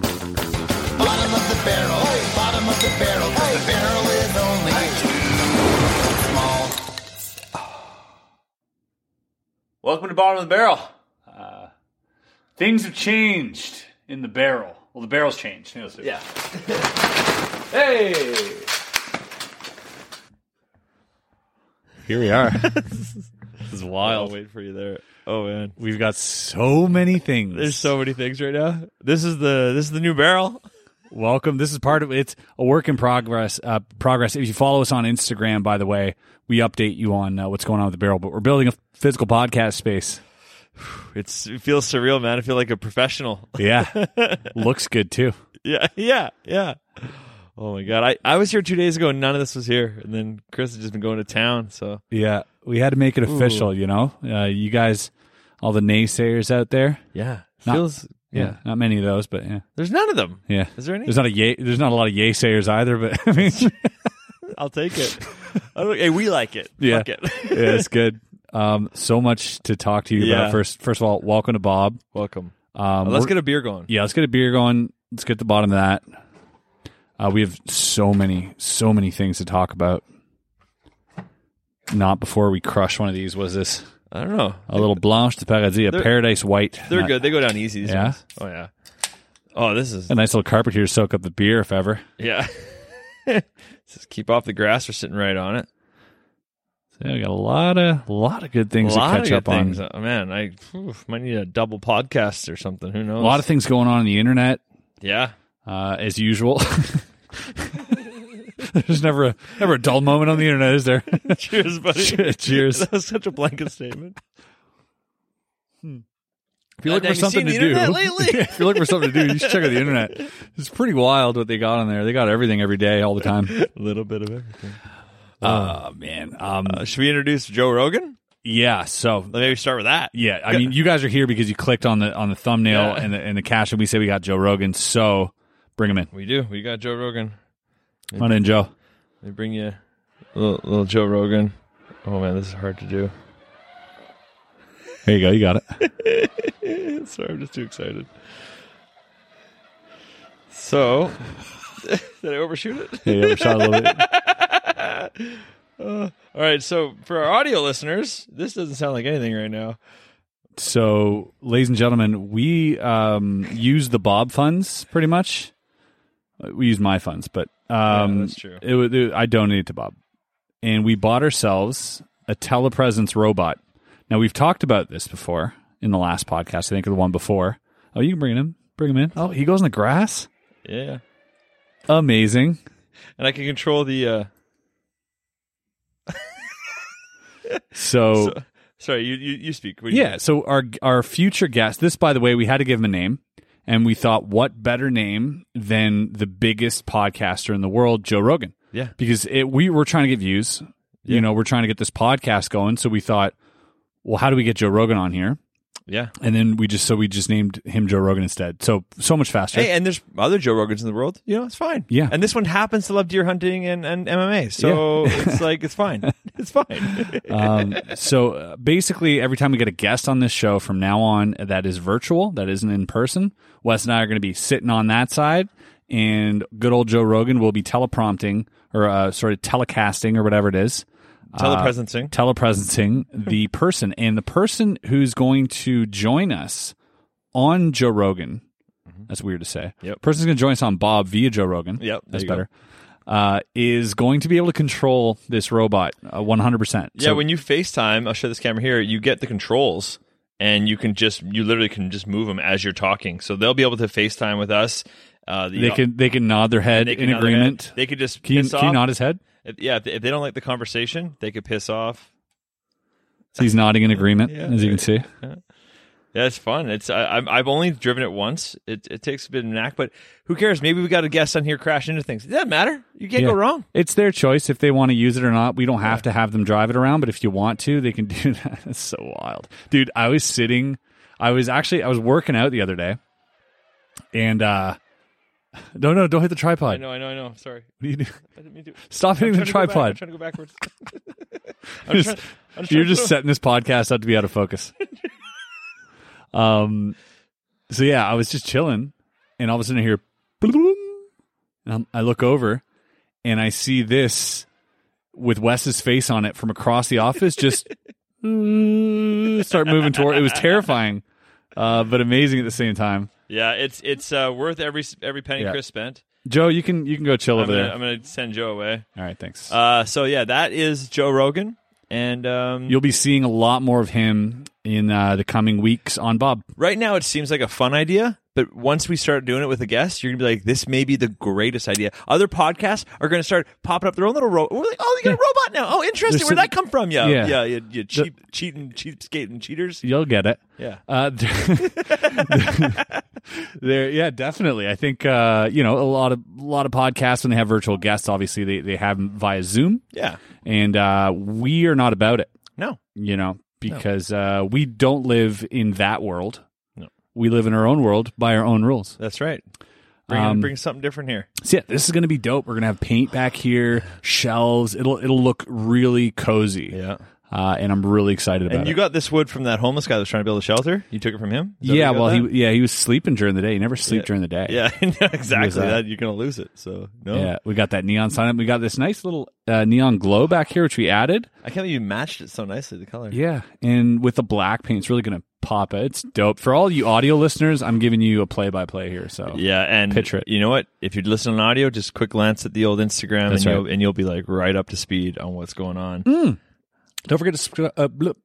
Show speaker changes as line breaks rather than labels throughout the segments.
Bottom of the barrel, hey, bottom of the barrel, hey, the barrel is only small.
Welcome to Bottom of the Barrel. Uh, things have changed in the barrel. Well, the barrel's changed. You know, so-
Yeah.
Hey!
Here we are.
This is
I'll
wild.
wait for you there. Oh man,
We've got so many things.
there's so many things right now. This is the this is the new barrel.
welcome. This is part of it's a work in progress. Uh, progress. If you follow us on Instagram, by the way, we update you on uh, what's going on with the barrel. But we're building a physical podcast space.
It's it feels surreal, man. I feel like a professional.
Yeah, looks good too.
yeah, yeah, yeah. Oh my god, I I was here two days ago and none of this was here, and then Chris has just been going to town. So
Yeah, we had to make it official. You know, uh, you guys, all the naysayers out there.
yeah, it
Not-
feels yeah.
not many of those, but yeah,
There's none of them.
yeah.
Is there any?
There's not a yay, there's not a lot of yaysayers either, but I mean,
I'll take it. I don't, hey, we like it.
Yeah.
Fuck it.
yeah, it's good. Um, so much to talk to you
Yeah.
about. First, first of all, welcome to Bob.
Welcome.
Um,
Uh, let's
we're-
get a beer going.
yeah, let's get a beer going. Let's get to the bottom of that. Uh, we have so many, so many things to talk about. Not before we crush one of these. Was this
I don't know.
a little Blanche de Paradis, a
They're-
Paradise White?
They're
Not-
good. They go down easy. These
Yeah?
ones. Oh yeah. Oh, this is
A nice little carpet here to soak up the beer, if ever.
Yeah. Just keep off the grass. We're sitting right on it.
So we got a lot of, lot of good things
a lot
to catch
of
up
good things.
on.
Oh, man, I phew, might need a double podcast or something. Who
A
knows?
lot of things going on in the internet,
Yeah.
uh, as usual. There's never a never a dull moment on the internet, is there?
Cheers, buddy.
Cheers.
that was such a blanket statement.
If you're looking for
Uh, Have you
something
seen the
to do,
internet lately?
if you're looking for something to do, you should check out the internet. It's pretty wild what they got on there. They got everything every day, all the time.
A little bit of everything.
Oh man, um,
Uh, should we introduce Joe Rogan?
yeah. So
Let me start with that.
yeah, I mean, you guys are here because you clicked on the on the thumbnail
Yeah.
and the and the caption. We say we got Joe Rogan, so bring him in.
We do. We got Joe Rogan.
Come on in, Joe.
Let me bring you a little, little Joe Rogan. Oh man, this is hard to do.
There you go. You got it.
Sorry, I'm just too excited. So, did I overshoot it?
Yeah, you overshot a little bit.
All right, so for our audio listeners, this doesn't sound like anything right now.
So, ladies and gentlemen, we um, use the Bob funds pretty much. Uh, We use my funds, but um,
Yeah, that's true.
It, wa- it- I donated to Bob, and we bought ourselves a telepresence robot. Now we've talked about this before in the last podcast, I think, or the one before. Oh, you can bring him, bring him in. Oh, he goes in the grass.
Yeah,
Amazing.
and I can control the. Uh,
So,
so- sorry, you you, you speak. What do you-
yeah, so our our future guest. This, by the way, we had to give him a name, and we thought, what better name than the biggest podcaster in the world, Joe Rogan.
yeah,
because it, we were trying to get views. You know, we're trying to get this podcast going. So we thought, well, how do we get Joe Rogan on here?
Yeah.
and then we just so we just named him Joe Rogan instead. So so much faster.
Hey, and there's other Joe Rogans in the world. You know, it's fine.
Yeah.
And this one happens to love deer hunting and, and MMA. So it's like, it's fine. It's fine.
um, so uh, basically, every time we get a guest on this show from now on that is virtual, that isn't in person, Wes and I are going to be sitting on that side, and good old Joe Rogan will be teleprompting or uh, sort of telecasting or whatever it is. uh,
Telepresencing.
telepresencing the person and the person who's going to join us on Joe Rogan. That's weird to say.
Mm-hmm. Yep.
Person's going to join us on Bob via Joe Rogan.
Yep, there
That's
you go.
better. Uh, is going to be able to control this robot uh, 100%.
yeah. When you FaceTime, I'll show this camera here, you get the controls and you can just, you literally can just move them as you're talking. So they'll be able to FaceTime with us. Uh, the-
they can they can nod their head
they can
in
nod their head.
agreement.
They could just
Can you,
piss
can you
off.
nod his head?
If- yeah. If they, if they don't like the conversation, they could piss off.
So he's nodding in agreement,
Yeah.
as you can see.
Yeah, it's fun. It's I, I'm- I've only driven it once. It, it takes a bit of a knack, but who cares? Maybe we got a guest on here crash into things. It doesn't matter. You can't
Yeah.
go wrong.
It's their choice if they want to use it or not. We don't have to have them drive it around, but if you want to, they can do that. It's so wild. Dude, I was sitting I was actually I was working out the other day. And uh no no, don't hit the
I
tripod.
know, I know, I know. Sorry,
What do you do?
I didn't mean to.
Stop
I'm
hitting the
trying to go back.
tripod.
I'm trying to go backwards.
You're
trying-
just-
I'm just
you're
trying
just
to-
setting this podcast up to be out of focus. um, so yeah, I was just chilling, and all of a sudden I hear, bloom, and I'm- I look over, and I see this with Wes's face on it from across the office, just uh, start moving toward. It was terrifying, uh, but amazing at the same time.
Yeah, it's it's uh, worth every every penny
Yeah.
Chris spent.
Joe, you can you can go chill
I'm
over
gonna,
there.
I'm gonna send Joe away.
all right, thanks.
Uh, so yeah, that is Joe Rogan, and um,
You'll be seeing a lot more of him in uh, the coming weeks on Bob.
right now it seems like a fun idea but once we start doing it with a guest you're gonna be like this may be the greatest idea other podcasts are gonna start popping up their own little robot we're like oh you got a robot now oh interesting
There's
where'd
some-
that come from yeah yeah
Yeah.
yeah you, you cheap, cheating cheapskating cheaters
You'll get it.
yeah
Uh, there, yeah, definitely. I think uh, you know a lot of a lot of podcasts when they have virtual guests, obviously they they have them via Zoom,
yeah
and uh, we are not about it,
no
you know, because uh, we don't live in that world.
No.
We live in our own world by our own rules.
that's right bring,
Um,
bring something different here
So yeah, this is going to be dope. We're going to have paint back here, shelves. It'll it'll look really cozy.
yeah
Uh, and I'm really excited about
and you
it.
got this wood from that homeless guy that was trying to build a shelter you took it from him Is that
yeah,
where you got
well,
that?
he yeah he was sleeping during the day. He never sleep during the day.
yeah I know, exactly
that?
that you're gonna lose it so no
uh, Yeah, we got that neon sign up. We got this nice little uh, neon glow back here, which we added.
i can't believe you matched it so nicely the color
Yeah, and with the black paint, it's really going to pop out. It's dope for all you audio listeners. I'm giving you a play by play here. So
Yeah, and
Oh. Picture it.
You know what? If you're listening on audio, just quick glance at the old Instagram,
That's
and, you'll,
right. Mm.
and you'll be like right up to speed on what's going on.
don't forget to subscribe. Uh, blip.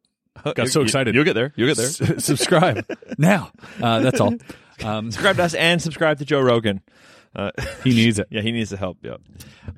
Got so
You-
excited.
You'll get there. You'll get there.
S- subscribe now. Uh, that's all. Um,
subscribe to us and subscribe to Joe Rogan. Uh,
he needs it.
yeah, he needs the help. Yeah,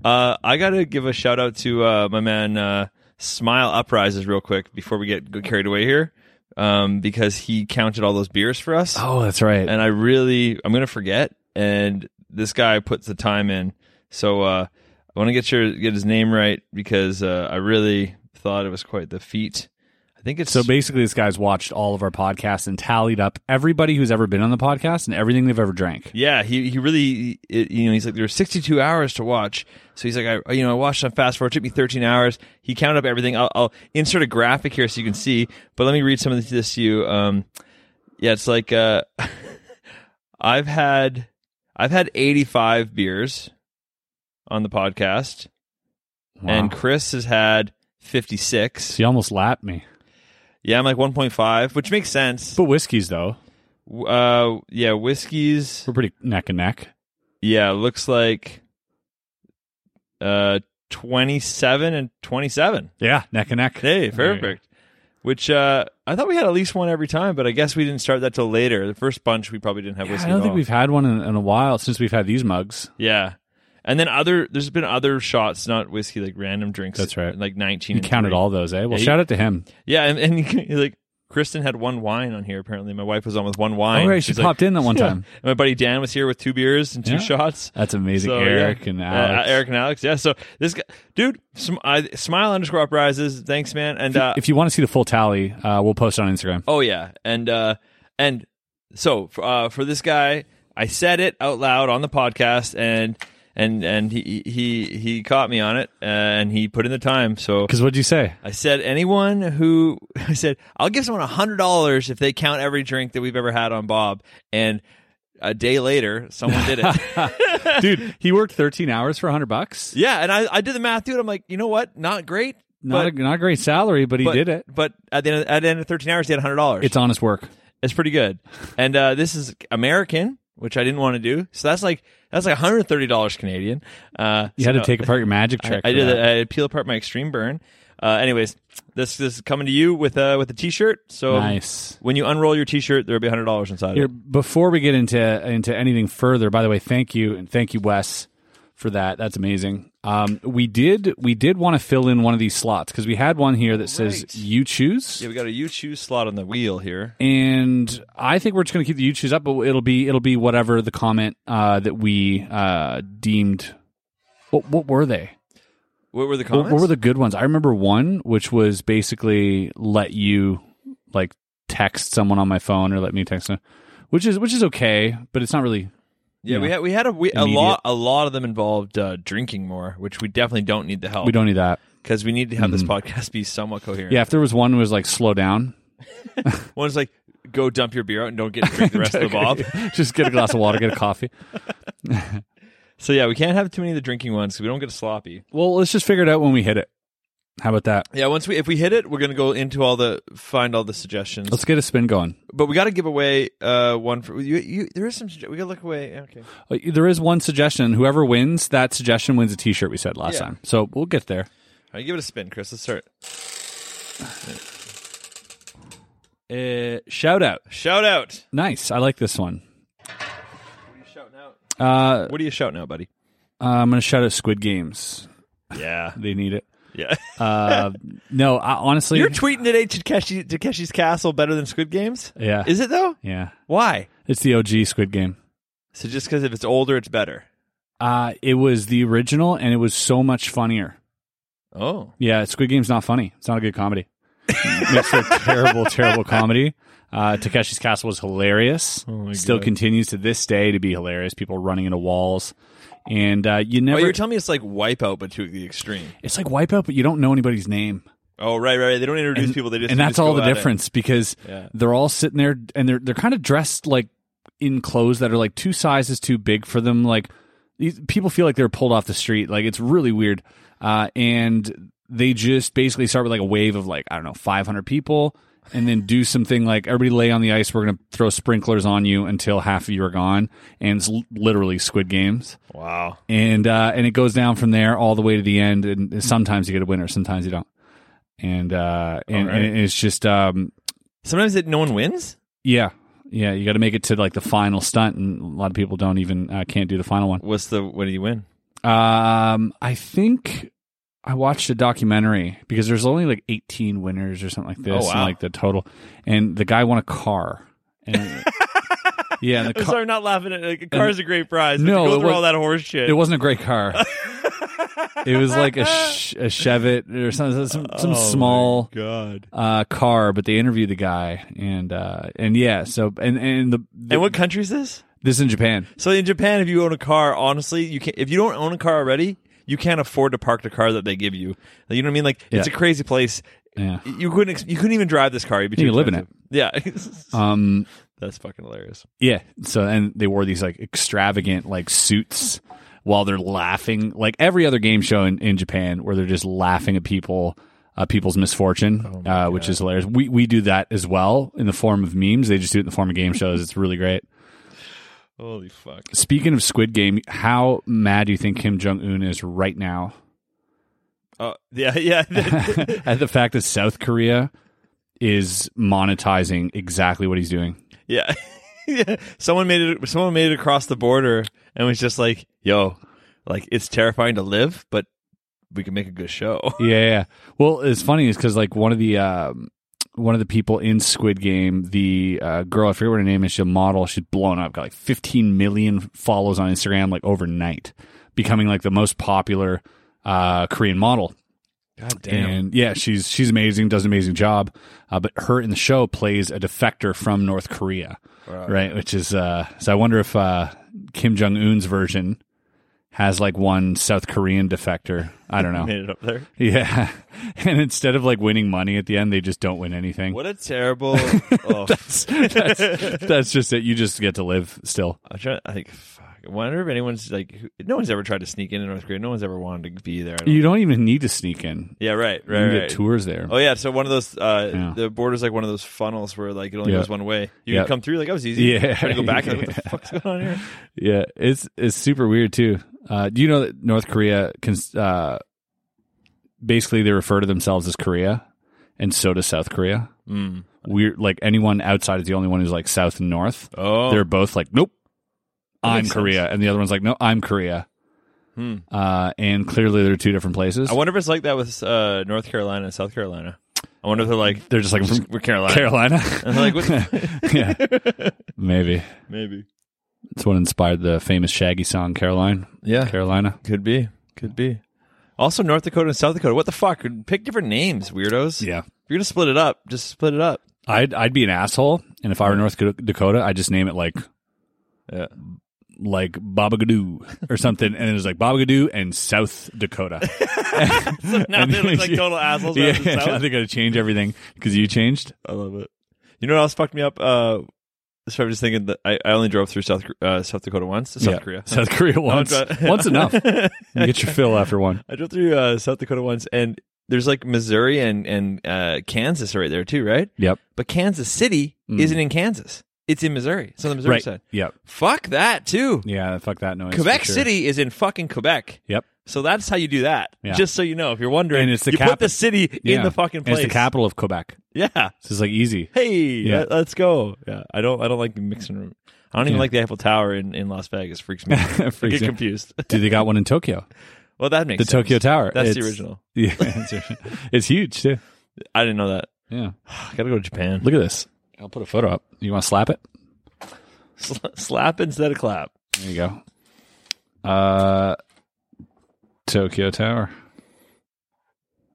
uh, I gotta give a shout out to uh, my man uh, Smile Uprises real quick before we get get carried away here, um, because he counted all those beers for us.
Oh, that's right.
and I really I'm gonna forget. And this guy puts the time in, so uh, I want to get your get his name right because uh, I really thought it was quite the feat. I think it's
so basically, this guy's watched all of our podcasts and tallied up everybody who's ever been on the podcast and everything they've ever drank.
yeah. He he really it, you know he's like there were 62 hours to watch, so he's like I you know I watched on fast forward. It took me 13 hours. He counted up everything. I'll, I'll insert a graphic here so you can see. But let me read some of this to you. Um, yeah, it's like uh, I've had I've had 85 beers on the podcast.
Wow.
and Chris has had 56.
he almost lapped me.
Yeah, I'm like 1.5, which makes sense.
But whiskeys though,
Uh, yeah, whiskeys.
we're pretty neck and neck.
Yeah, looks like uh 27 and 27.
Yeah, neck and neck.
Hey,
There you go.
perfect. Which uh, I thought we had at least one every time, but I guess we didn't start that till later. The first bunch we probably didn't have
Yeah,
whiskey.
I don't
at
think
all.
we've had one in, in a while since we've had these mugs.
Yeah. And then other, there's been other shots, not whiskey, like random drinks.
That's right.
Like 19.
You
and
counted
three.
all those, eh? Well,
Yeah,
shout out to him.
Yeah, and, and you can- you're like, Kristen had one wine on here. Apparently, my wife was on with one wine.
Oh, right, she
She's like-
popped in that one time.
And my buddy Dan was here with two beers and two
Yeah.
shots.
That's amazing.
So,
Eric
yeah.
and
Uh,
Alex.
Eric and Alex. Yeah. So this guy, dude, sm- I, smile underscore uprises. Thanks, man. And uh,
if you want to see the full tally, uh, we'll post it on Instagram.
Oh yeah, and uh, and so for, uh, for this guy, I said it out loud on the podcast, and and and he he he caught me on it, and he put in the time. So
Because what'd you say?
I said, anyone who I said I'll give someone hundred dollars if they count every drink that we've ever had on Bob, and a day later, someone did it.
Dude, he worked 13 hours for 100 bucks.
yeah, and I I did the math, dude. I'm like, you know what? Not great.
Not,
but,
a, not a great salary, but he
but-
did it.
But at the end of, at the end of 13 hours, he had hundred dollars.
It's honest work.
It's pretty good. And uh, this is American, which I didn't want to do. So that's like that's like $130 Canadian. Uh,
You
so
had to
no,
take apart your magic trick.
I, I
for
did.
that.
I peel apart my extreme burn. Uh, anyways, this this is coming to you with uh, with a t-shirt. So
Nice.
when you unroll your t-shirt, there'll be $100 inside
Here,
of it.
before we get into into anything further, by the way, thank you and thank you, Wes, for that. That's amazing. Um, we did we did want to fill in one of these slots because we had one here that says
Right.
you choose,
Yeah, we got a you choose slot on the wheel here.
and I think we're just going to keep the you choose up, but it'll be it'll be whatever the comment uh, that we uh, deemed. What what were they?
What were the
What,
comments?
what were the good ones? I remember one which was basically let you like text someone on my phone or let me text them, which is which is okay, but it's not really
yeah,
you
we
know,
had we had a we, a
immediate.
lot a lot of them involved uh, drinking more, which we definitely don't need the help.
we don't need that.
because we need to have this podcast be somewhat coherent.
Yeah, if there was one who was like slow down,
One's like, go dump your beer out and don't get to drink the rest of the bob.
just get a glass of water, get a coffee.
So yeah, we can't have too many of the drinking ones. 'cause We don't get sloppy.
Well, let's just figure it out when we hit it. How about that?
Yeah, once we if we hit it, we're gonna go into all the find all the suggestions.
Let's get a spin going.
but we got to give away uh one for you. you there is some sugge- we gotta look away. Okay,
Uh, There is one suggestion. Whoever wins that suggestion wins a T-shirt. We said last
Yeah.
time, so we'll get there.
all right, give it a spin, Chris. Let's start. Uh,
Shout out!
shout out.
Nice. I like this one.
what are you shouting out, buddy?
Uh, I'm going to shout out Squid Games.
Yeah,
They need it.
yeah.
Uh, no, I, honestly,
You're tweeting today Takeshi Takeshi's Castle better than Squid Games.
Yeah.
is it though?
yeah,
Why?
it's the OG Squid Game.
So just because if it's older, it's better.
Uh, it was the original, and it was so much funnier.
Oh,
Yeah, Squid Game's not funny. It's not a good comedy. It's a terrible, terrible comedy. Uh, Takeshi's Castle was hilarious.
Oh my
Still
God.
continues to this day to be hilarious. People running into walls, and uh, you never.
well, you're telling me it's like Wipeout, but to the extreme.
it's like Wipeout, but you don't know anybody's name.
Oh, right, right. right. They don't introduce
and,
people. They just
and
they
that's
just
all
go
the
at it.
difference because
Yeah.
they're all sitting there and they're they're kind of dressed like in clothes that are like two sizes too big for them. Like these, people feel like they're pulled off the street. Like it's really weird. Uh, and they just basically start with like a wave of like I don't know 500 people. And then do something like everybody lay on the ice. We're gonna throw sprinklers on you until half of you are gone, and it's l- literally Squid Games.
Wow.
And uh, and it goes down from there all the way to the end. And sometimes you get a winner, sometimes you don't. And uh, and,
Alright.
and it's just um,
Sometimes it, no one wins.
yeah, yeah. You got to make it to like the final stunt, and a lot of people don't even uh, can't do the final one.
What's the? What do you win?
Um, I think I watched a documentary because there's only like 18 winners or something like this,
Oh, wow.
and like the total. And the guy won a car. And, yeah, and the
I'm
car.
sorry, I'm not laughing at it. A car's a great prize.
No, it
No, go through
was-
all that horse shit.
It wasn't a great car. it was like a, sh- a Chevette or something, some, some
Oh,
small
God.
uh, car, but they interviewed the guy, and uh, and yeah, so and and the, the
And what country is this?
this in Japan.
So in Japan, if you own a car, honestly, you can not If you don't own a car already, you can't afford to park the car that they give you. You know what I mean? Like it's a
Yeah.
crazy place.
Yeah.
You couldn't. Ex- you couldn't even drive this car. You'd be
You
too
can live in
expensive. Yeah.
Um,
That's fucking hilarious.
yeah. So and they wore these like extravagant like suits while they're laughing, like every other game show in, in Japan, where they're just laughing at people. Uh, people's misfortune,
Oh
uh, which is hilarious. We we do that as well in the form of memes. They just do it in the form of game shows. It's really great.
Holy fuck.
Speaking of Squid Game, how mad do you think Kim Jong Un is right now
Oh yeah, yeah.
at the fact that South Korea is monetizing exactly what he's doing.
Yeah. yeah. Someone made it someone made it across the border and was just like, yo, like it's terrifying to live, but we can make a good show.
Yeah, yeah. Well, it's funny is because like one of the um, one of the people in Squid Game, the uh, girl, I forget what her name is, she's a model, she's blown up, got like 15 million follows on Instagram like overnight, becoming like the most popular uh, Korean model.
God
And yeah, she's she's amazing, does an amazing job. Uh, but her in the show plays a defector from North Korea, right? Which is uh, so. I wonder if uh, Kim Jong Un's version has like one South Korean defector. I don't know.
Made it up there.
yeah, and instead of like winning money at the end, they just don't win anything.
What a terrible. Oh,
That's just it. You just get to live still.
I'm trying. I think. Fuck. I wonder if anyone's like. who- No one's ever tried to sneak into North Korea. No one's ever wanted to be there. I don't-
You don't even need to sneak in.
yeah. Right.
you
Right.
can
right.
get tours there.
Oh yeah. So one of those. Uh,
Yeah.
The border's like one of those funnels where like it only
Yeah.
goes one way. You
Yeah.
can come through. Like that was easy.
Yeah.
Try to go back. and Like, what the
Yeah.
fuck's going on here?
Yeah, it's it's super weird too. Uh, do you know that North Korea can uh, basically they refer to themselves as Korea, and so does South Korea.
Mm.
We're like anyone outside is the only one who's like South and North.
Oh.
They're both like, nope,
That
I'm
makes
Korea, and the other one's like, no, I'm Korea.
Hmm.
Uh, and clearly they're two different places.
I wonder if it's like that with uh, North Carolina and South Carolina. I wonder if they're like
they're just like
just-
from
we're Carolina.
Carolina.
And they're like what the-
yeah, maybe
maybe.
it's what inspired the famous Shaggy song "Caroline."
Yeah.
Carolina.
Could be. Could be. Also, North Dakota and South Dakota. What the fuck? Pick different names, weirdos.
Yeah.
If you're gonna split it up, just split it up.
I'd I'd be an asshole, and if I were North Dak- Dakota, I'd just name it like,
Yeah.
like Babagadoo or something, and it was like Babagadoo and South Dakota.
now they look like total assholes.
yeah,
around the South.
now they got to change everything because you changed.
I love it. You know what else fucked me up? Uh, so I'm just thinking that I, I only drove through South Kor- uh, South Dakota once, South
Yeah.
Korea.
South Korea once,
dri-
once enough. You get your fill after one.
I drove through uh, South Dakota once, and there's like Missouri and and uh, Kansas right there too, right?
Yep.
But Kansas City isn't in Kansas; it's in Missouri. It's on the
Mm.
Missouri
Right.
side.
Yep.
Fuck that too.
Yeah. Fuck that noise.
Quebec
for sure.
City is in fucking Quebec.
Yep.
So that's how you do that.
Yeah.
Just so you know, if you're wondering,
And it's the
you
cap-
put the city
Yeah.
in the fucking
And
place.
It's the capital of Quebec.
Yeah.
This is like easy.
hey,
Yeah.
let- let's go. Yeah, I don't, I don't like the mixing room. I don't even like the Eiffel Tower in, in Las Vegas. Freaks me. out. I
Freaks
get
you-
confused.
Do they got one in Tokyo?
well, that makes
The
sense.
Tokyo Tower.
That's the
It's-
original.
Yeah, it's, it's huge too.
I didn't know that.
Yeah.
I gotta go to Japan.
Look at this. I'll put a photo up. You want to slap it?
Sla- slap instead of clap.
There you go. Uh, Tokyo Tower.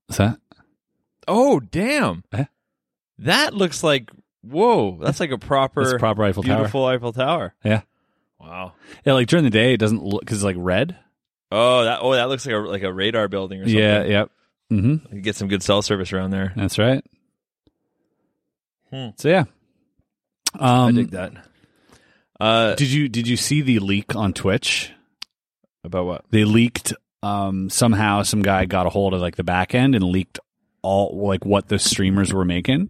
Is that?
Oh damn!
Huh?
That looks like whoa. That's like a proper,
That's a proper Eiffel Tower.
beautiful Eiffel Tower.
Yeah.
Wow.
Yeah, like during the day, it doesn't look because it's like red.
Oh, that oh that looks like a like a radar building or something.
Yeah, yep. hmm
You get some good cell service around there.
That's right.
Hmm.
So yeah, um,
I dig that. Uh,
Did you did you see the leak on Twitch?
about what?
They leaked um, somehow. Some guy got a hold of like the back end and leaked all like what the streamers were making,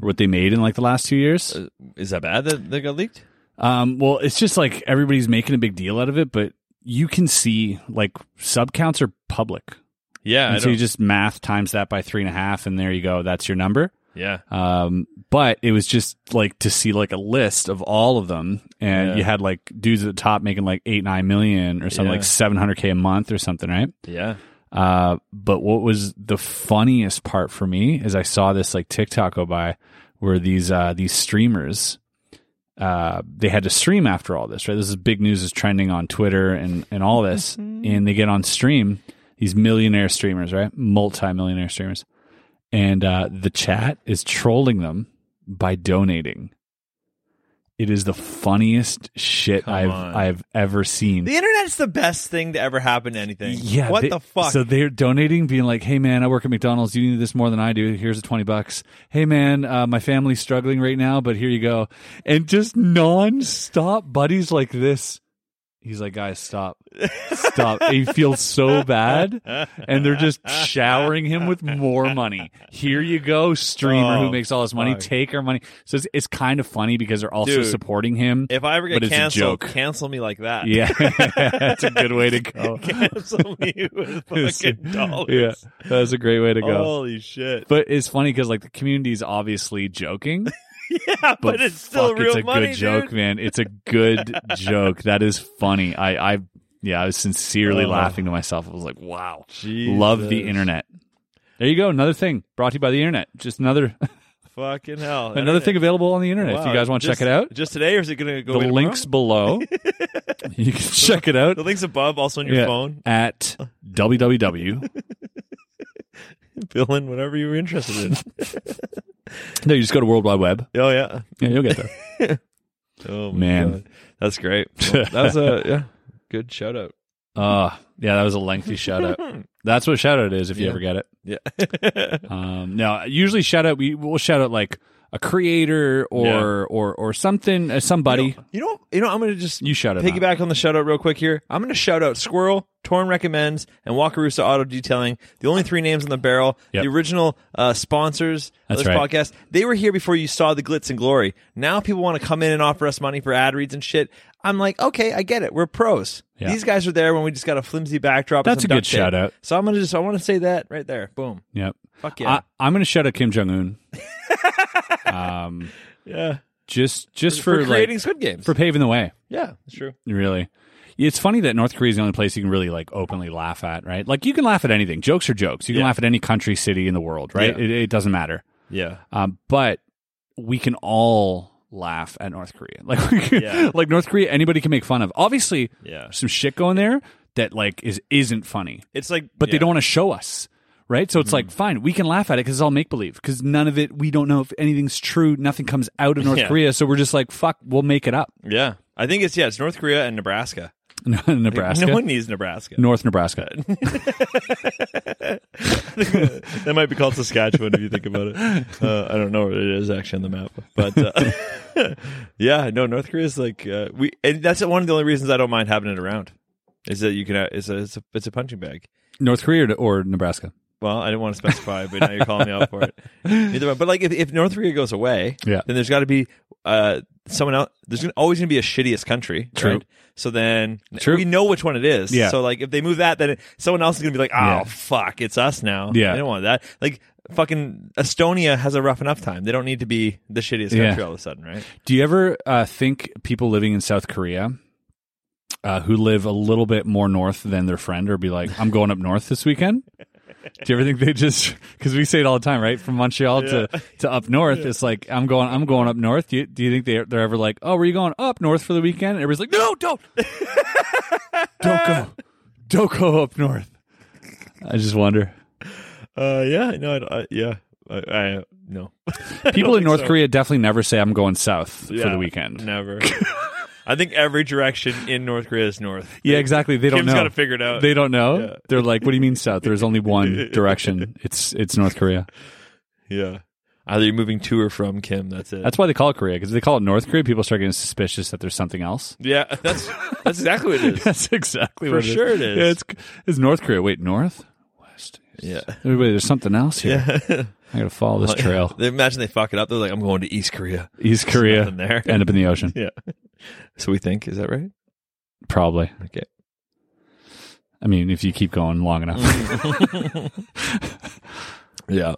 or what they made in like the last two years.
Uh, Is that bad that they got leaked?
Um, well, it's just like everybody's making a big deal out of it, but you can see like sub counts are public.
Yeah.
And so you just math times that by three and a half, and there you go. That's your number.
yeah.
Um, but it was just like to see like a list of all of them, and
Yeah.
you had like dudes at the top making like eight, nine million or something,
Yeah.
like 700K a month or something, right?
Yeah.
Uh, but what was the funniest part for me is I saw this like TikTok go by where these uh, these streamers uh, they had to stream after all this, right? This is big news is trending on Twitter and and all this, and they get on stream these millionaire streamers, right? Multi millionaire streamers, and uh, the chat is trolling them by donating. It is the funniest shit
Come
I've
on.
I've ever seen.
The internet's the best thing to ever happen to anything.
Yeah.
What
they-
the fuck?
So they're donating, being like, "Hey man, I work at McDonald's. You need this more than I do. Here's a twenty bucks. Hey man, uh, my family's struggling right now, but here you go." And just non-stop buddies like this. He's like, "Guys, stop, stop." he feels so bad, and they're just showering him with more money. Here you go, streamer
Oh,
who makes all this money.
fuck.
Take our money. So it's, it's kind of funny because they're also
Dude,
supporting him.
if I ever
but
get
it's a
canceled,
joke.
cancel me like that.
yeah, that's a good way to go.
cancel me with fucking
Yeah,
dollars. Oh.
that was a great way to go.
Holy shit.
But it's funny because like the community's obviously joking,
yeah, but,
but,
it's still
fuck,
real
it's a
money,
good
dude.
joke, man. It's a good joke. That is funny. I, I, yeah, I was sincerely
Oh.
laughing to myself. I was like, wow, love the
Jesus.
internet. There you go. Another thing brought to you by the internet. Just another
Fucking hell.
Another thing available on the internet if you guys want to check it out.
Just today, or is it going to go
The
away
links
tomorrow?
below. you can check it out
The link's above, also on your
Yeah,
phone.
at www.
Fill in whatever you were interested in.
no, you just go to World Wide Web.
oh, yeah.
Yeah, you'll get there.
Oh, my
Man.
God. That's great. Well, that was a, yeah, good shout out.
Uh, yeah, that was a lengthy shout out. That's what shout out is if you
Yeah.
ever get it.
Yeah.
Um, now usually shout out we will shout out like a creator or
Yeah.
or or something uh, somebody.
You know, you know, I'm going to just
You shout it out.
piggyback on the shout out real quick here. I'm going to shout out Squirrel, Torn Recommends, and Wakarusa Auto Detailing. The only three names on the barrel,
Yep.
the original uh, sponsors
That's
of this
right.
podcast. They were here before you saw the glitz and glory. Now people want to come in and offer us money for ad reads and shit. I'm like, okay, I get it. We're pros.
Yeah.
These guys were there when we just got a flimsy backdrop. and
That's
some
a
duct
good
tape.
shout out.
So I'm gonna just I want to say that right there. Boom.
Yep.
Fuck yeah.
I, I'm gonna shout out Kim Jong Un. um,
Yeah.
just just
For,
for,
creating
like,
Squid Games.
for paving the way.
yeah, that's true.
Really. It's funny that North Korea is the only place you can really like openly laugh at, right? Like you can laugh at anything. Jokes are jokes. You can
Yeah.
laugh at any country, city in the world, right?
Yeah.
It, it doesn't matter.
Yeah.
Um, but we can all laugh at North Korea. Like, we can,
Yeah.
like North Korea, anybody can make fun of. Obviously,
Yeah.
some shit going there that like is isn't funny,
It's like
but
yeah. Mm-hmm.
they don't want to show us, right? So it's like fine, we can laugh at it because it's all make believe. Because none of it, we don't know if anything's true. Nothing comes out of North
Yeah.
Korea, so we're just like fuck, we'll make it up.
Yeah. I think it's yeah, it's North Korea and Nebraska.
Nebraska,
No one needs Nebraska.
North Nebraska.
that might be called Saskatchewan if you think about it. Uh, I don't know where it is actually on the map, but uh, yeah, no, North Korea is like uh, we, and that's one of the only reasons I don't mind having it around is that you can. Uh, it's a it's a, it's a punching bag.
North Korea or Nebraska?
Well, I didn't want to specify, but now you're calling me out for it. Neither one. But like, if, if North Korea goes away,
Yeah.
then there's got to be uh, someone else. There's gonna, always going to be a shittiest country.
True.
right? So then
True.
we know which one it is.
Yeah.
So like, if they move that, then it, someone else is going to be like, oh
Yeah.
fuck, it's us now.
Yeah.
I don't want that. Like, fucking Estonia has a rough enough time. They don't need to be the shittiest
Yeah.
country all of a sudden, right?
Do you ever uh, think people living in South Korea uh, who live a little bit more north than their friend or be like, I'm going up north this weekend? Do you ever think they just because we say it all the time, right? From Montreal to, to up north, it's like I'm going, I'm going up north. Do you, do you think they they're ever like, oh, were you going up north for the weekend? And everybody's like, no, don't, don't go, don't go up north. I just wonder.
Uh, yeah. No. I, I, yeah. I, I no.
People in North Korea definitely never say I'm going south for
Yeah,
the weekend.
Never. I think every direction in North Korea is north.
Yeah, exactly. They don't
Kim's
know.
gotta figure it out.
They don't know.
Yeah.
They're like, "What do you mean south? There's only one direction. It's it's North Korea.
Yeah. Either you're moving to or from Kim. That's it.
That's why they call it Korea because they call it North Korea. People start getting suspicious that there's something else.
yeah. That's that's exactly what it is.
That's exactly
For
what it is.
sure it is.
Yeah, it's it's North Korea. Wait, North, West.
Yeah.
Everybody, there's something else here.
Yeah.
I gotta follow this trail.
They imagine they fuck it up. They're like, I'm going to East Korea.
East Korea.
nothing there.
End up in the ocean,
Yeah. So we think, is that right?
probably.
Okay.
I mean, if you keep going long enough.
Yeah.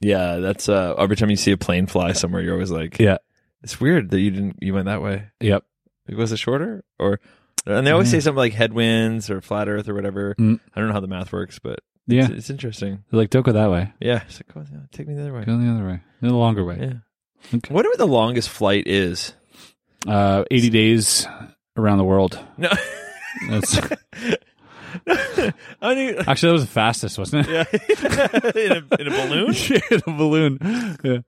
Yeah, that's uh every time you see a plane fly somewhere, you're always like,
yeah.
It's weird that you didn't you went that way.
Yep.
Like, was it shorter? Or and they always say something like headwinds or flat earth or whatever.
Mm.
I don't know how the math works, but
Yeah.
it's, it's interesting.
They're like, don't go that way.
Yeah. It's like, go on, yeah, take me the other way.
Go the other way. The longer way.
Yeah.
Okay.
Wonder what the longest flight is.
Uh, 80 days around the world.
No.
That's,
I knew.
actually, that was the fastest, wasn't it?
Yeah. in, a, in a balloon?
the balloon. Yeah.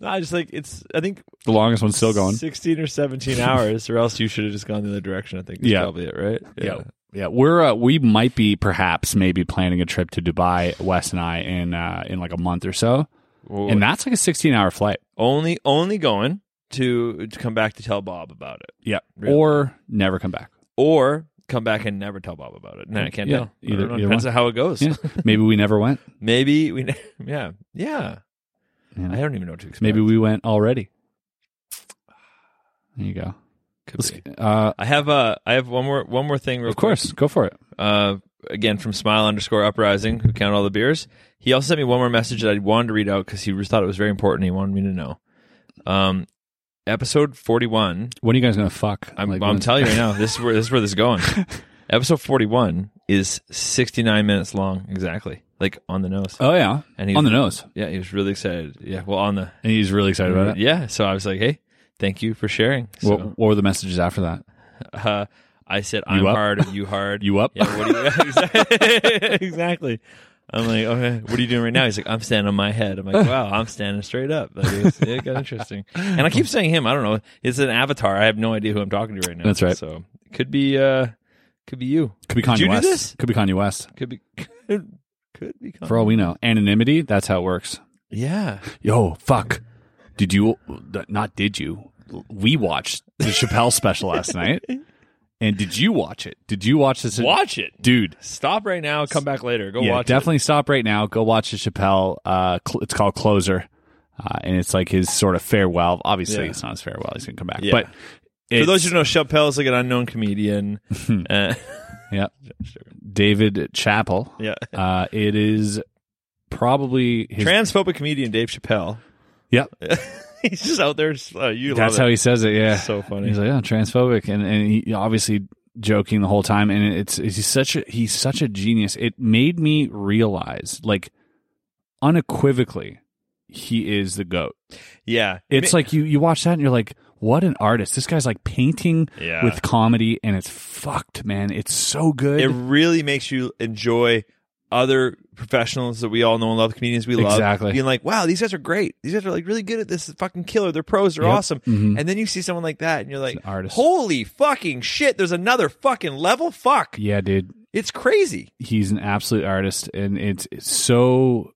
No, I just like it's. I think
The longest one's still going.
sixteen or seventeen hours, or else you should have just gone the other direction. I think is
Yeah.
probably it, right?
Yeah. Yeah, we're uh, we might be perhaps maybe planning a trip to Dubai, Wes and I, in uh, in like a month or so,
Well,
and that's like a sixteen hour flight.
only only going to to come back to tell Bob about it,
Yeah,
Really?
or never come back.
or come back and never tell Bob about it. No, I can't
Yeah.
tell. I
Either-
don't know.
either
Depends
one.
on how it goes.
Yeah, maybe we never went.
Maybe we. Yeah. Yeah.
Yeah.
I don't even know what to expect.
Maybe we went already. There you go.
Could
Let's,
be.
uh,
I have uh, I have one more one more thing. Real
of
quick.
course, go for it.
uh, again from smile underscore uprising who count all the beers he also sent me one more message that i wanted to read out because he just thought it was very important he wanted me to know um, episode 41
When are you guys gonna fuck?
i'm,
Like,
I'm
when-
telling you right now this is where this is where this is going episode 41 is 69 minutes long exactly like on the nose.
Oh yeah,
And he-
on the nose,
Yeah, he was really excited. Yeah, well, on the
and he's really excited about it.
yeah. So I was like, hey, thank you for sharing.
What,
So
what were the messages after that?
uh, I said, I'm
up?
hard, you hard,
You up?
Yeah, what are you exactly? I'm like, okay, what are you doing right now? He's like, I'm standing on my head. I'm like, wow, I'm standing straight up. Like, it, was- it got interesting. And I keep saying him. I don't know. It's an avatar. I have no idea who I'm talking to right now.
That's right.
So it could be, uh, could be you.
Could be Kanye
Did you do
West.
this? Oh.
Could be Kanye West.
Could be, could, could be. Kanye.
For all we know, anonymity. That's how it works.
yeah.
Yo, fuck. Did you? Not did you? We watched the Chappelle special last night. And did you watch it? Did you watch this?
Watch it.
dude.
Stop right now. Come back later. Go
yeah,
watch it.
definitely stop right now. Go watch the Chappelle. Uh, cl- it's called Closer, uh, and it's like his sort of farewell. Obviously,
Yeah.
it's not his farewell. He's gonna come back.
Yeah.
But
For those
it's-
who don't know, Chappelle is like an unknown comedian. uh,
yeah, David Chappell.
yeah.
Uh, it is probably his.
Transphobic comedian Dave Chappelle.
yep,
He's just out there. Uh, you
that's
love
how
it.
he says it. Yeah,
So funny.
He's like, oh, transphobic, and and he obviously joking the whole time. And it's, it's he's such a he's such a genius. It made me realize, like, unequivocally, he is the goat.
Yeah,
It's
Ma-
like you you watch that and you're like, what an artist! This guy's like painting
Yeah.
with comedy, and it's fucked, man. It's so good.
it really makes you enjoy other professionals that we all know and love, comedians we love.
Exactly.
Being like, wow, these guys are great. These guys are like really good at this. Fucking killer. They're pros. They're
Yep.
awesome.
Mhm.
And then you see someone like that, and you're like,
an artist.
holy fucking shit! There's another fucking level. Fuck.
yeah, dude.
It's crazy.
he's an absolute artist and it's, it's so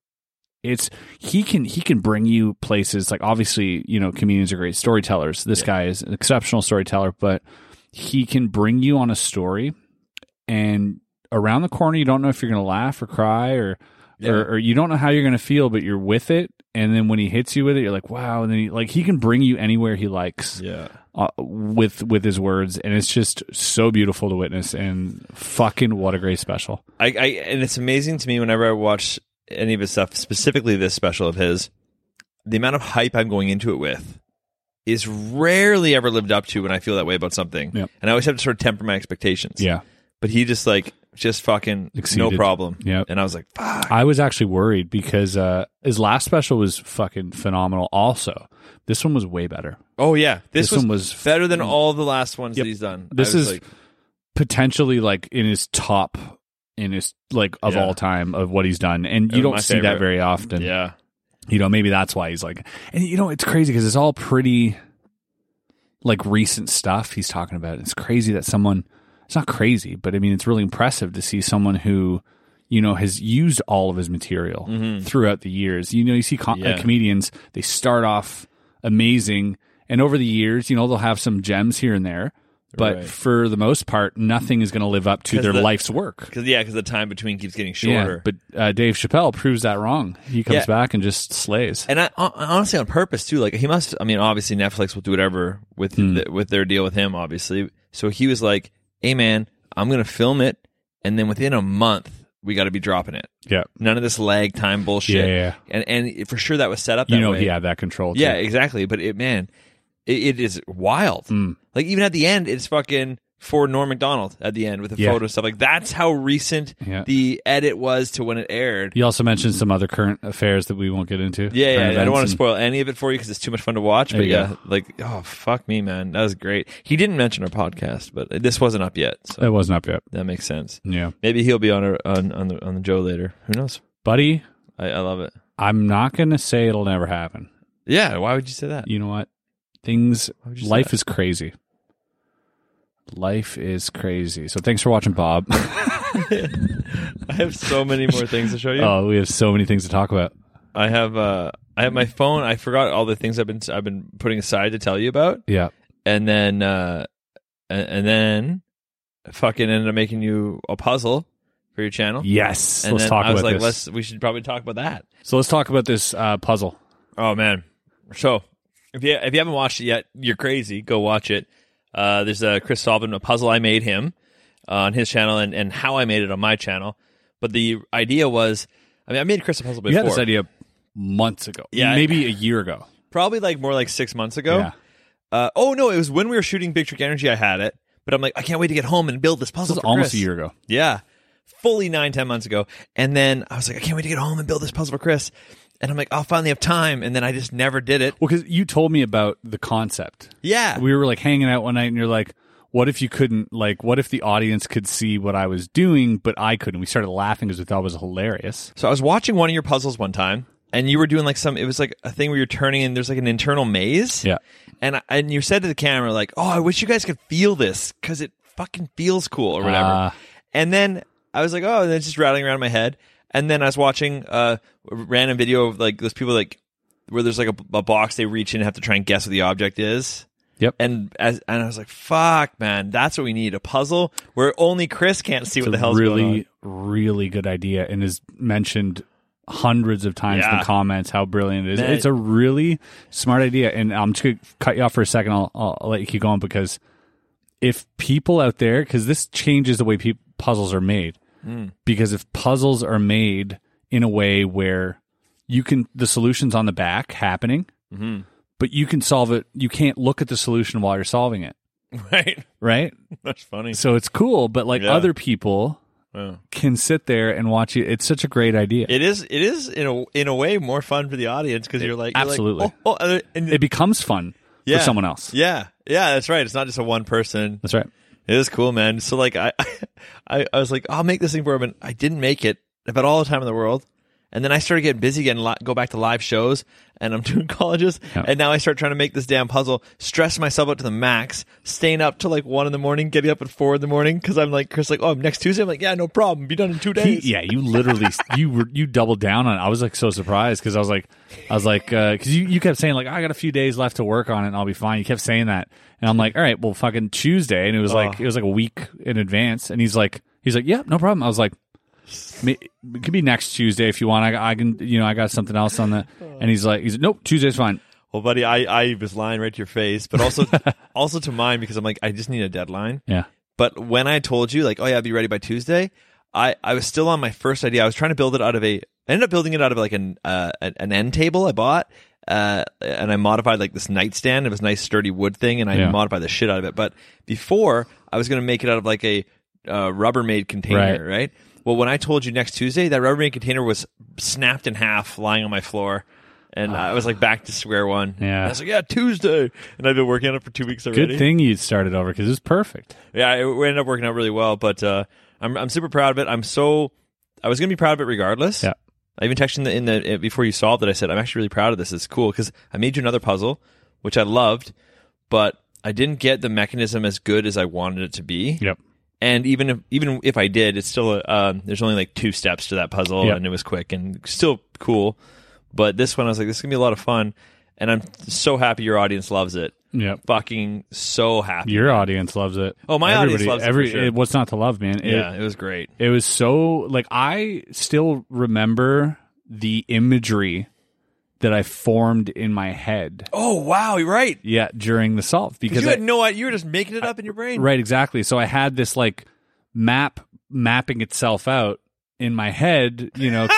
it's he can he can bring you places like obviously you know comedians are great storytellers this guy is an exceptional storyteller but he can bring you on a story and around the corner you don't know if you're going to laugh or cry or, or or you don't know how you're going to feel but you're with it and then when he hits you with it you're like wow and then he, like he can bring you anywhere he likes
Yeah.
uh, with with his words and it's just so beautiful to witness and fucking what a great special
I, I and it's amazing to me whenever I watch any of his stuff, specifically this special of his, the amount of hype I'm going into it with is rarely ever lived up to when I feel that way about something.
Yep.
And I always have to sort of temper my expectations.
Yeah.
But he just like just fucking no
Exceeded.
problem.
Yep.
And I was like, fuck.
I was actually worried because uh, his last special was fucking phenomenal. Also, this one was way better.
Oh yeah. This,
This one was f-
better than all the last ones
Yep.
that he's done. I
This
was
is
like,
potentially like in his top, in his like of
Yeah.
all time of what he's done, and
It
you
was my
don't see that
favorite.
very often.
yeah.
you know maybe that's why he's like, and you know it's crazy because it's all pretty like recent stuff he's talking about. It's crazy that someone. It's not crazy, but I mean it's really impressive to see someone who. You know, has used all of his material throughout the years. You know, you see com- uh,
Mm-hmm. Yeah.
comedians they start off amazing and over the years you know they'll have some gems here and there but
Right.
for the most part nothing is going to live up to
'Cause
their
the-
life's work
Cause yeah, because the time between keeps getting shorter.
but uh, dave chappelle proves that wrong he comes
Yeah.
back and just slays
And I hon- honestly, on purpose too. Like he must. I mean, obviously Netflix will do whatever with
Hmm.
the, with their deal with him. Obviously, so he was like, "Hey man, I'm gonna film it, and then within a month we got to be dropping it.
yeah
None of this lag time
Yeah,
bullshit.
yeah,
And and for sure that was set up. That
you know
way.
he had that control too.
Yeah, exactly. But it, man, it, it is wild.
Hmm.
Like even at the end, it's fucking for Norm Macdonald at the end with the
Yeah.
photo stuff. Like that's how recent
Yeah.
the edit was to when it aired.
he also mentioned some other current affairs that we won't get into
Yeah,
current
yeah. I
events
don't want
and-
to spoil any of it for you because it's too much fun to watch.
There
But
you
yeah,
go.
like, oh fuck me, man, that was great. He didn't mention our podcast, but this wasn't up yet, so
it wasn't up yet
that makes sense.
yeah
Maybe he'll be on our, on on the, on the Joe later. Who knows?
buddy
I, I love it.
i'm not going to say it'll never happen
Yeah, why would you say that?
you know what? Things,
Why would you say
life
that?
is crazy. Life is crazy. So thanks for watching, Bob.
I have so many more things to show you.
oh, we have so many things to talk about.
I have uh, I have my phone. I forgot all the things I've been I've been putting aside to tell you about,
Yeah.
and then uh, and, and then I fucking ended up making you a puzzle for your channel.
Yes.
And
let's
then
talk
I was
about
like,
this.
let's we should probably talk about that.
So let's talk about this uh, puzzle.
Oh man! So if you if you haven't watched it yet, you're crazy. Go watch it. Uh, there's a Chris Sullivan a puzzle I made him uh, on his channel and, and how I made it on my channel. But the idea was, I mean, I made Chris a puzzle before,
You had this idea months ago.
Yeah.
Maybe a year ago.
probably like more like six months ago.
Yeah.
Uh, oh no, it was when we were shooting Big Trick Energy. I had it, but I'm like, I can't wait to get home and build this
This
puzzle.
was
for
almost
Chris.
a year ago.
Yeah. fully nine, ten months ago. And then I was like, I can't wait to get home and build this puzzle for Chris. And I'm like, I'll finally have time. And then I just never did it.
Well, because you told me about the concept.
Yeah.
We were like hanging out one night, and you're like, "What if you couldn't? Like, what if the audience could see what I was doing, but I couldn't?" We started laughing because we thought it was hilarious.
So I was watching one of your puzzles one time, and you were doing like some. It was like a thing where you're turning, and there's like an internal maze.
Yeah.
And I, and you said to the camera like, "Oh, I wish you guys could feel this because it fucking feels cool or whatever."
Ah.
and then I was like, "Oh," and it's just rattling around in my head. And then I was watching uh, a random video of like those people like where there's like a, a box they reach in and have to try and guess what the object is.
Yep.
And as and I was like, "Fuck, man, that's what we need a puzzle where only Chris can't see what the hell's
really,
going on."
really good idea, and is mentioned hundreds of times in
Yeah.
the comments how brilliant it is.
That-
it's a really smart idea, and I'm just gonna cut you off for a second. I'll, I'll I'll let you keep going because if people out there, because this changes the way peop puzzles are made,
Hmm.
because if puzzles are made in a way where you can the solution's on the back happening,
Mm-hmm.
but you can solve it. You can't look at the solution while you're solving it,
Right.
right?
That's funny.
So it's cool, but like
Yeah.
other people can sit there and watch you. It's such a great idea. It,
It is. It is in a in a way more fun for the audience because you're like you're like,
absolutely.
oh, oh, uh, and-
becomes fun
yeah.
for someone else.
Yeah, yeah, that's right. It's not just a one person.
That's right.
It is cool, man. So like I, I, I was like, I'll make this thing for him, and I didn't make it. About all the time in the world. And then I started getting busy again, li- go back to live shows, and I'm doing colleges.
Yeah.
And now I start trying to make this damn puzzle, stress myself out to the max, staying up till like one in the morning, getting up at four in the morning, because I'm like, Chris, like, oh, next Tuesday? I'm like, yeah, no problem. Be done in two
He-
days.
yeah, you literally you were you doubled down on. it. I was like so surprised because I was like I was like because you you kept saying like I got a few days left to work on it and I'll be fine. You kept saying that, and I'm like, all right, well, fucking Tuesday, and it was like it was like a week in advance, and he's like he's like, yeah, no problem. I was like. "Ma- It could be next Tuesday if you want. I, I can, you know, I got something else on the. And he's like, he's nope, Tuesday's fine.
Well, buddy, I, I was lying right to your face, but also also to mine because I'm like, I just need a deadline.
Yeah,
But when I told you, like, oh yeah, I'll be ready by Tuesday, I, I was still on my first idea. I was trying to build it out of a. I ended up building it out of like an uh, an an end table I bought, uh, and I modified like this nightstand. It was a nice sturdy wood thing, and I
Yeah.
modified the shit out of it. But before, I was going to make it out of like a uh, Rubbermaid container,
Right.
right? Well, when I told you next Tuesday, that Rubbermaid container was snapped in half, lying on my floor. And I was like back to square one.
Yeah.
I was like, yeah, Tuesday. And I've been working on it for two weeks already.
good thing you started over because it's perfect.
Yeah, it ended up working out really well, but uh, I'm I'm super proud of it. I'm so I was gonna be proud of it regardless.
Yeah.
I even texted in the, in the before you solved it. I said I'm actually really proud of this. It's cool because I made you another puzzle, which I loved, but I didn't get the mechanism as good as I wanted it to be.
Yep.
And even if even if I did, it's still a, um, there's only like two steps to that puzzle,
Yeah.
and it was quick and still cool. But this one, I was like, this is gonna be a lot of fun, and I'm so happy your audience loves it.
Yep.
Fucking so happy.
Your audience loves it.
Oh, my audience loves it for
every,
sure.
What's not to love, man? It-
yeah, it was great.
It was so like I still remember the imagery that I formed in my head.
Oh wow, you're right.
Yeah, during the solve because
Because you
I-
had no idea. You were just making it up in your brain.
right exactly. So I had this like map mapping itself out in my head. You know,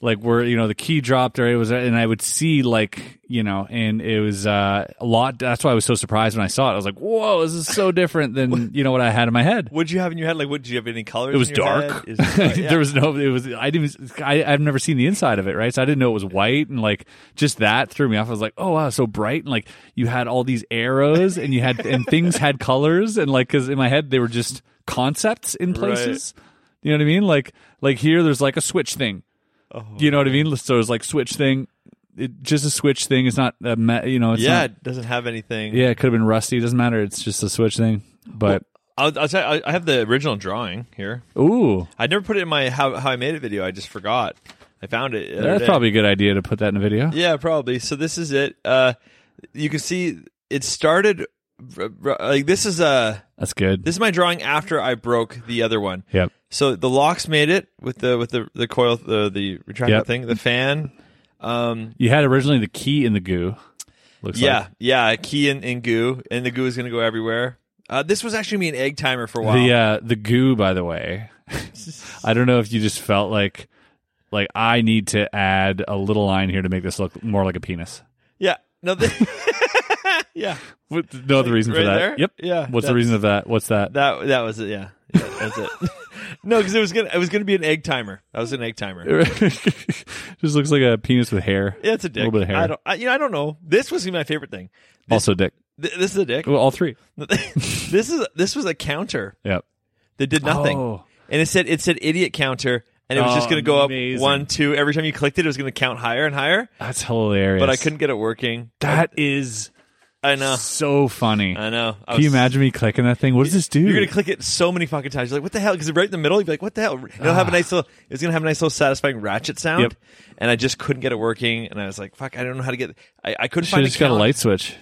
like where you know the key dropped or it was, and I would see like you know, and it was uh, a lot. That's why I was so surprised when I saw it. I was like, whoa, this is so different than you know what I had in my head.
What'd you have in your head? Like, what? Did you have any colors?
it was
in your head?
dark.
Is- uh, yeah.
there was no. It was. I didn't. I, I've never seen the inside of it, right? So I didn't know it was white, and like just that threw me off. I was like, oh wow, so bright, and like you had all these arrows, and you had and things had colors, and like because in my head they were just concepts in places. You know what I mean? Like like here, there's like a switch thing.
Oh,
you know what I mean? So it's like switch thing. It, just a switch thing. It's not a ma- you know. It's
yeah,
Not,
it doesn't have anything.
yeah. It could have been rusty. It doesn't matter. It's just a switch thing. But
I'll, I'll tell you, I I have the original drawing here.
ooh,
I never put it in my how, how I made it video. I just forgot. I found it. the other
that's
day.
probably a good idea to put that in a video.
Yeah, probably. So this is it. Uh, you can see it started. r- r- Like this is uh
That's good.
this is my drawing after I broke the other one.
Yep.
So the locks made it with the with the the coil the the retractable
Yep.
thing the fan. Um,
You had originally the key in the goo. Looks
yeah,
like.
yeah, key and, and goo, and the goo is gonna go everywhere. Uh, this was actually me an egg timer for a while.
The uh, the goo, by the way. I don't know if you just felt like like I need to add a little line here to make this look more like a penis.
yeah, no, the, yeah.
What, no other reason for
right
that.
there?
Yep.
Yeah,
What's the
that's-
reason of that? What's that?
That that was it. Yeah, yeah that's it. no, because it was gonna it was gonna be an egg timer. That was an egg timer.
Just looks like a penis with hair.
Yeah, it's a dick.
little bit of hair.
I don't. I, you know, I don't know. This was gonna be my favorite thing.
also, dick.
Th- this is a dick.
Oh. Well, all three.
this is this was a counter
Yep.
that did nothing,
Oh.
and it said it said idiot counter, and it was just
Oh,
gonna go
amazing.
up one, two. Every time you clicked it, it was gonna count higher and higher.
That's hilarious.
But I couldn't get it working.
That is
I know.
so funny.
I know. I
Can you
was-
imagine me clicking that thing? What does this do?
You're gonna click it so many fucking times. You're like, what the hell? Because right in the middle, you're like, what the hell? And It'll have a nice little. It's gonna have a nice little satisfying ratchet sound.
Ah. Yep.
And I just couldn't get it working, and I was like, fuck, I don't know how to get. I, I couldn't
Should
find
have
a
just got a
count.
light switch.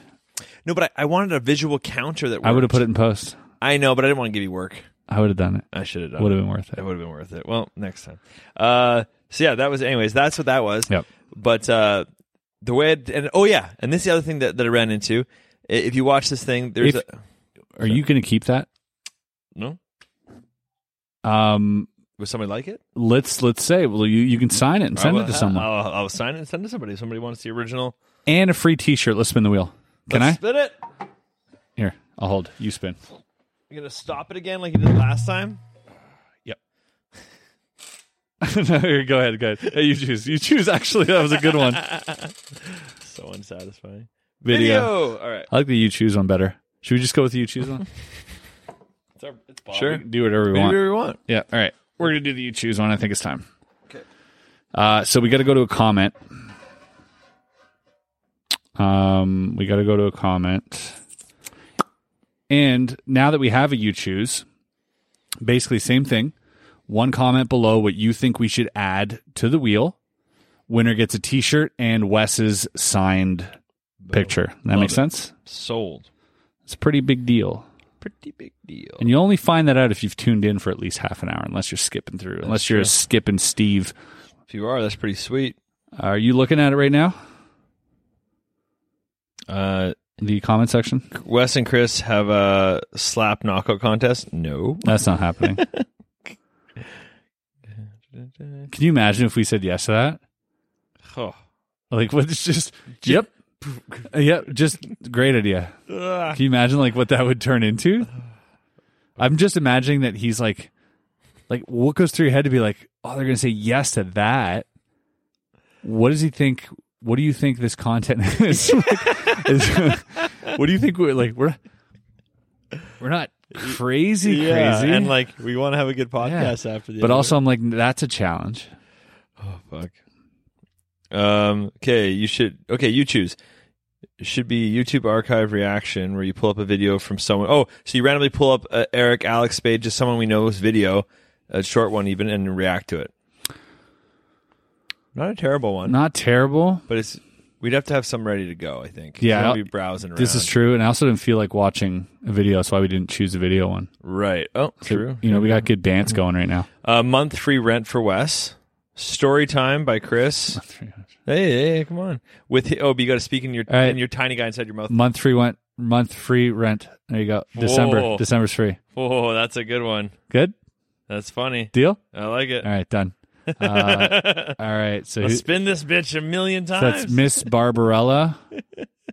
No, but I, I wanted a visual counter that. Worked.
I would have put it in post.
I know, but I didn't want to give you work.
I would have done it.
I should have done.
Would
it.
have been worth it.
It would have been worth it. Well, next time. Uh, so yeah, that was. Anyways, that's what that was.
Yep.
But uh, the way it, and oh yeah, and this is the other thing that, that I ran into. I- If you watch this thing, there's
If-
a
Are you going to keep that?
no.
Um,
Would somebody like it?
let's let's say. Well, you you can sign it and send
I
it to
will-
someone,
I'll, I'll sign it and send it to somebody. If somebody wants the original,
and a free T-shirt. Let's spin the wheel. Can
let's
I?
spin it?
Here, I'll hold. You spin.
You're gonna stop it again like you did last time.
no, here, go ahead, go ahead. Hey, you choose. You choose. Actually, that was a good one.
So unsatisfying.
Video.
All right.
I like the you choose one better. Should we just go with the you choose one?
It's our, it's Bob.
sure. Do whatever we
Do
want.
whatever you want.
Yeah. All right. We're gonna do the you choose one. I think it's time. Okay. Uh, so we got to go to a comment. Um, we got to go to a comment. And now that we have a you choose, basically same thing. One comment below what you think we should add to the wheel. Winner gets a T-shirt and Wes's signed picture. That
Love
makes
it.
sense.
Sold.
It's a pretty big deal.
Pretty big deal.
And you only find that out if you've tuned in for at least half an hour, unless you're skipping through, unless you're skipping Steve.
If you are, that's pretty sweet.
Are you looking at it right now?
Uh,
The comment section?
Wes and Chris have a slap knockout contest. No.
That's not happening. Can you imagine if we said yes to that?
Oh.
Like, what it's just, yep. Uh, Yep, just great idea. Can you imagine like what that would turn into? I'm just imagining that he's like, like what goes through your head to be like, oh, they're gonna say yes to that. What does he think? What do you think this content is? Like, is- what do you think we're like? We're we're not crazy, crazy,
And like, we want to have a good
Yeah.
podcast after the.
But
end of
also, I'm like, that's a challenge.
it. fuck. Um. Okay. You should. Okay. You choose. It should be YouTube archive reaction where you pull up a video from someone. Oh, so you randomly pull up uh, Eric Alex Spade, just someone we know's video, a short one even, and react to it. Not a terrible one,
Not terrible.
but it's we'd have to have some ready to go. I think.
Yeah,
Don't
I'll-
be browsing. Around.
This is true, and I also didn't feel like watching a video. That's why we didn't choose a video one.
Right. Oh, true. Mm-hmm.
You know, we got good dance going right now.
A Uh, month free rent for Wes. Story time by Chris. Hey, hey, hey, come on. With hi- oh, but you got to speak in your
All right.
in your tiny guy inside your mouth.
Month free went month free rent. There you go. December.
Whoa.
December's free.
Oh, that's a good one.
Good
That's funny.
deal.
I like it.
All right, done. Uh, all right, so
I'll
who-
spin this bitch a million times.
that's Miss Barbarella.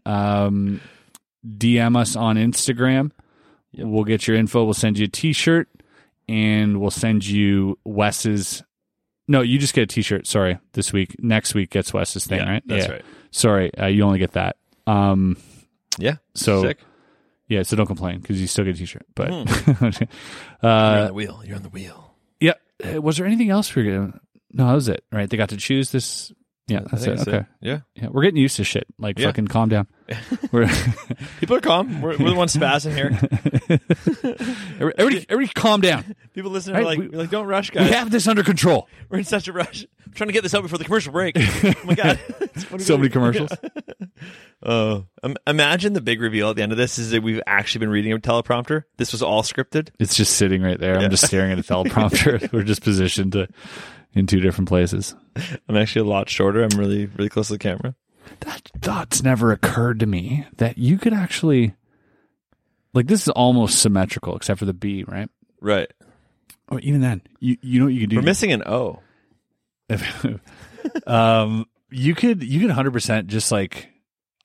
Um, DM us on Instagram. We'll get your info. We'll send you a T-shirt, and we'll send you Wes's. No, you just get a T-shirt. Sorry, this week. Next week gets Wes's thing,
Yeah,
right?
that's right.
Sorry, uh, you only get that. Um,
yeah.
So-
sick.
yeah, so don't complain because you still get a T-shirt. But
Hmm.
uh,
You're on the wheel. You're on the wheel.
Yep. Uh, Was there anything else we were going to? No, that was it, right? They got to choose this. Yeah,
I
that's
think
it. Okay.
Yeah.
Yeah, we're getting used to shit. Like,
Yeah.
fucking calm down. We're,
People are calm. We're, we're the ones spazzing here.
every, every, every calm down.
People listening are
Right,
like,
we-
we're like, don't rush,
We
guys.
have this under control.
We're in such a rush. I'm trying to get this out before the commercial break. Oh my god. What are
So many
we doing?
commercials.
Oh, um, imagine the big reveal at the end of this is that we've actually been reading a teleprompter. This was all scripted.
It's just sitting right there. I'm just staring at a teleprompter. we're just positioned to, in two different places.
I'm actually a lot shorter. I'm really, really close to the camera.
That thought's never occurred to me that you could actually, like, this is almost symmetrical except for the B, right?
Right.
Or even then, you, you know what you could do?
We're missing an O.
um, you could you could hundred percent just like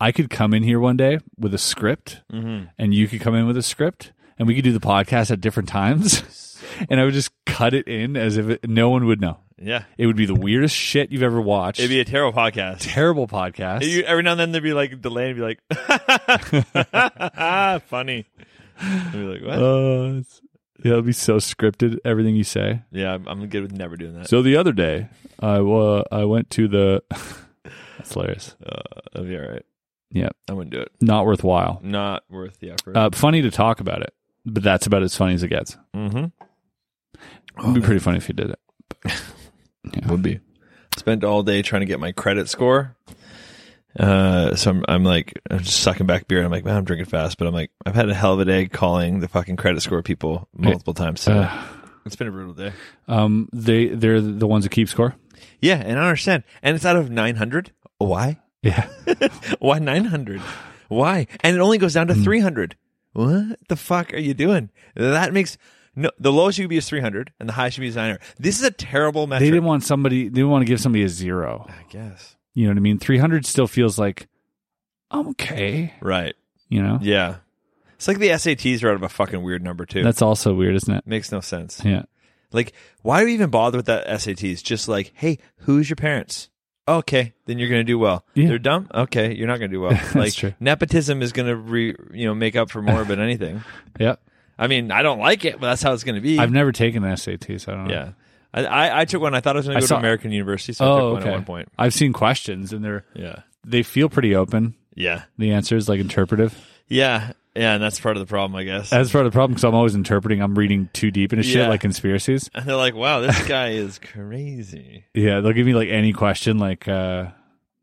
I could come in here one day with a script,
Mm-hmm.
and you could come in with a script, and we could do the podcast at different times, and I would just cut it in as if it, no one would know.
Yeah.
It would be the weirdest shit you've ever watched.
It'd be a terrible podcast.
terrible podcast.
You- every now and then there'd be like delay and be like, funny. I'd be like, what?
Uh, it's- yeah, it'll be so scripted. Everything you say.
yeah, I'm, I'm good with never doing that.
So the other day, I wa I went to the. that's hilarious.
Uh, That'd be all right.
Yeah,
I wouldn't do it.
not worthwhile.
Not worth the effort.
Uh, funny to talk about it, but that's about as funny as it gets.
mm-hmm.
It'd be pretty funny if you did it.
Would be. Spent all day trying to get my credit score. Uh, so I'm, I'm like, I'm just sucking back beer. And I'm like, man, I'm drinking fast, but I'm like, I've had a hell of a day calling the fucking credit score people multiple times. today. it's been a brutal day.
Um, they they're the ones who keep score.
Yeah, and I understand. And it's out of 900. Why?
Yeah,
Why 900? Why? And it only goes down to 300. What the fuck are you doing? That makes no. The lowest you could be is 300, and the highest you could be is 900. This is a terrible metric.
they didn't want somebody. They didn't want to give somebody a zero.
I guess.
You know what I mean? Three hundred still feels like I'm okay.
Right.
You know,
Yeah. It's like the SATs are out of a fucking weird number too.
that's also weird, isn't it?
Makes no sense.
Yeah.
Like, why do we even bother with that SATs? Just like, hey, who's your parents? Okay, then you're gonna do well.
Yeah.
They're dumb. Okay, you're not gonna do well. like
true.
nepotism is gonna re, you know make up for more than anything.
Yep.
I mean, I don't like it, but that's how it's gonna be.
I've never taken an SAT, so I don't know.
yeah, I, I I took one. I thought I was gonna
I
go
saw-
to American University, so I
Oh,
took one
okay.
at one point.
I've seen questions, and they're
Yeah,
they feel pretty open.
yeah,
The answer is like interpretive.
yeah, yeah, and that's part of the problem, I guess.
That's part of the problem because I'm always interpreting. I'm reading too deep into shit,
Yeah.
like conspiracies.
and they're like, wow, this guy is crazy.
Yeah, they'll give me like any question, like uh,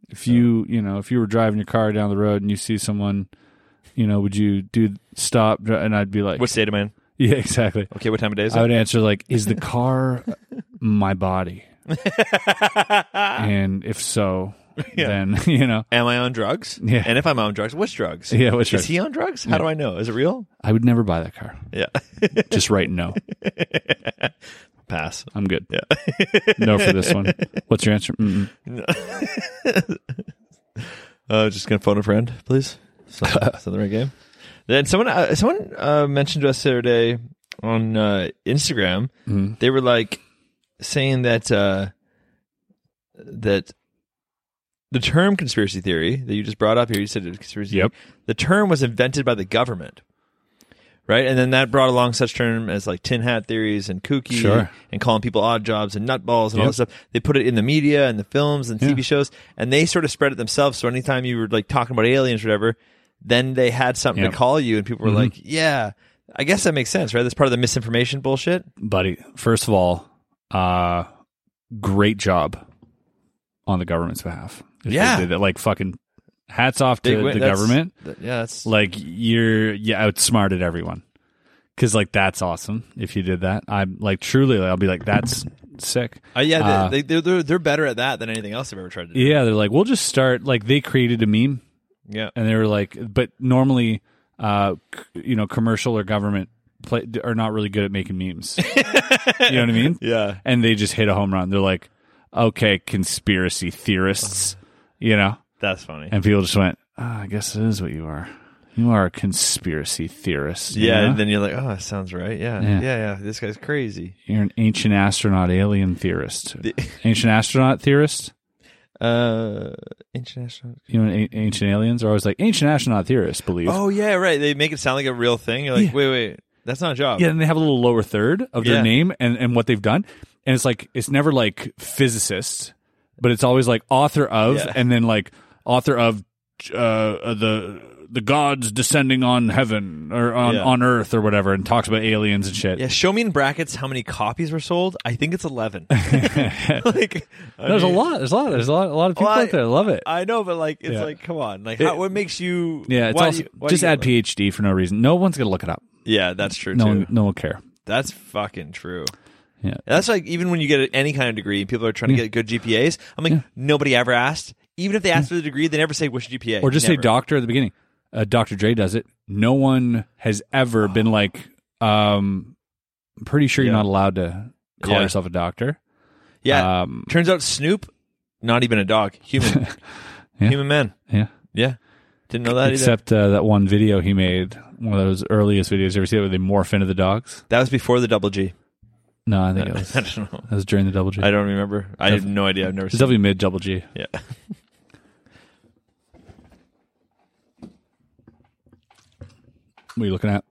if you you know if you were driving your car down the road and you see someone, you know, would you do stop? Dr- And I'd be like,
What state am I in?
Yeah, exactly.
Okay, what time of day is
I
it?
would answer like, "Is the car my body?" and if so, then you know,
Am I on drugs?
Yeah.
And if I'm on drugs, which drugs?
Yeah, which
is
drugs?
he on drugs? How do I know? Is it real?
I would never buy that car.
Yeah.
Just write no.
Pass.
I'm good. no for this one. What's your answer? Mm-mm.
Uh, just gonna phone a friend, please. Is that is that the right game? Then someone uh, someone uh, mentioned to us the other day on uh, Instagram.
Mm-hmm.
They were like saying that uh, that the term conspiracy theory that you just brought up here, you said it was conspiracy.
Yep.
Theory, the term was invented by the government, right? And then that brought along such term as like tin hat theories and kooky
Sure.
and calling people odd jobs and nutballs and all
Yep.
this stuff. They put it in the media and the films and TV
Yeah.
shows, and they sort of spread it themselves. So anytime you were like talking about aliens or whatever, then they had something
Yep. Mm-hmm.
to call you, and people were like, "Yeah, I guess that makes sense, right? That's part of the misinformation bullshit."
buddy. First of all, uh, great job on the government's behalf. If they
Yeah.
did it, like fucking hats off to
Big win-
the
that's-
government.
th- yeah, that's
Like you're you outsmarted everyone. Cause like that's awesome if you did that. I'm like truly I'll be like that's sick.
Uh, yeah, they-
Uh,
they, they're, they're they're better at that than anything else I've ever tried to do.
yeah, they're like we'll just start like they created a meme
Yeah,
and they were like, but normally, uh, c- you know, commercial or government play are not really good at making memes. you know what I mean?
Yeah.
And they just hit a home run. They're like, okay, conspiracy theorists, you know,
that's funny.
and people just went, ah, I guess it is what you are. You are a conspiracy theorist. you
yeah,
know?
and then you're like, "Oh, that sounds right." Yeah,
Yeah.
yeah, yeah. this guy's crazy.
you're an ancient astronaut alien theorist. ancient astronaut theorist.
Uh, international.
You know, an- ancient aliens are always like ancient astronaut theorists believe.
Oh yeah, right. They make it sound like a real thing. You're like,
Yeah.
wait, wait, that's not a job.
Yeah, and they have a little lower third of their
Yeah.
name and, and what they've done. And it's like it's never like physicist, but it's always like author of
Yeah.
and then like author of uh, the the gods descending on heaven or on,
Yeah.
on earth or whatever and talks about aliens and shit.
Yeah, show me in brackets how many copies were sold. I think it's eleven. like, I
There's a
mean,
lot. There's a lot. There's a lot. A lot of people
Well, I-
out there. that love it.
I know, but like, it's
Yeah.
like, come on, like, how, what makes you?
yeah, it's
why do
also
you- why do
just
you-
add PhD for no reason. No one's gonna look it up.
Yeah, that's true
No
too.
one. No one will care.
That's fucking true.
Yeah.
that's like even when you get any kind of degree, people are trying to get good GPAs. I'm like, nobody ever asked. Even if they asked for the degree, they never say which GPA.
Or just say
Never.
doctor at the beginning. Uh, Dr. Dre does it. No one has ever been like, um, I'm pretty sure you're
Oh. Yeah.
not allowed to call
Yeah.
yourself a doctor.
Yeah,
Um,
turns out Snoop, not even a dog, human,
Yeah.
human man.
yeah.
Yeah, Didn't know that either.
Except uh, that one video he made, one of those earliest videos you ever see where they morph into the dogs.
That was before the double G.
No, I think it was
I don't know.
that was during the double G.
I don't remember. I have no idea. I've never
It's
seen.
definitely mid double G.
Yeah.
What are you looking at?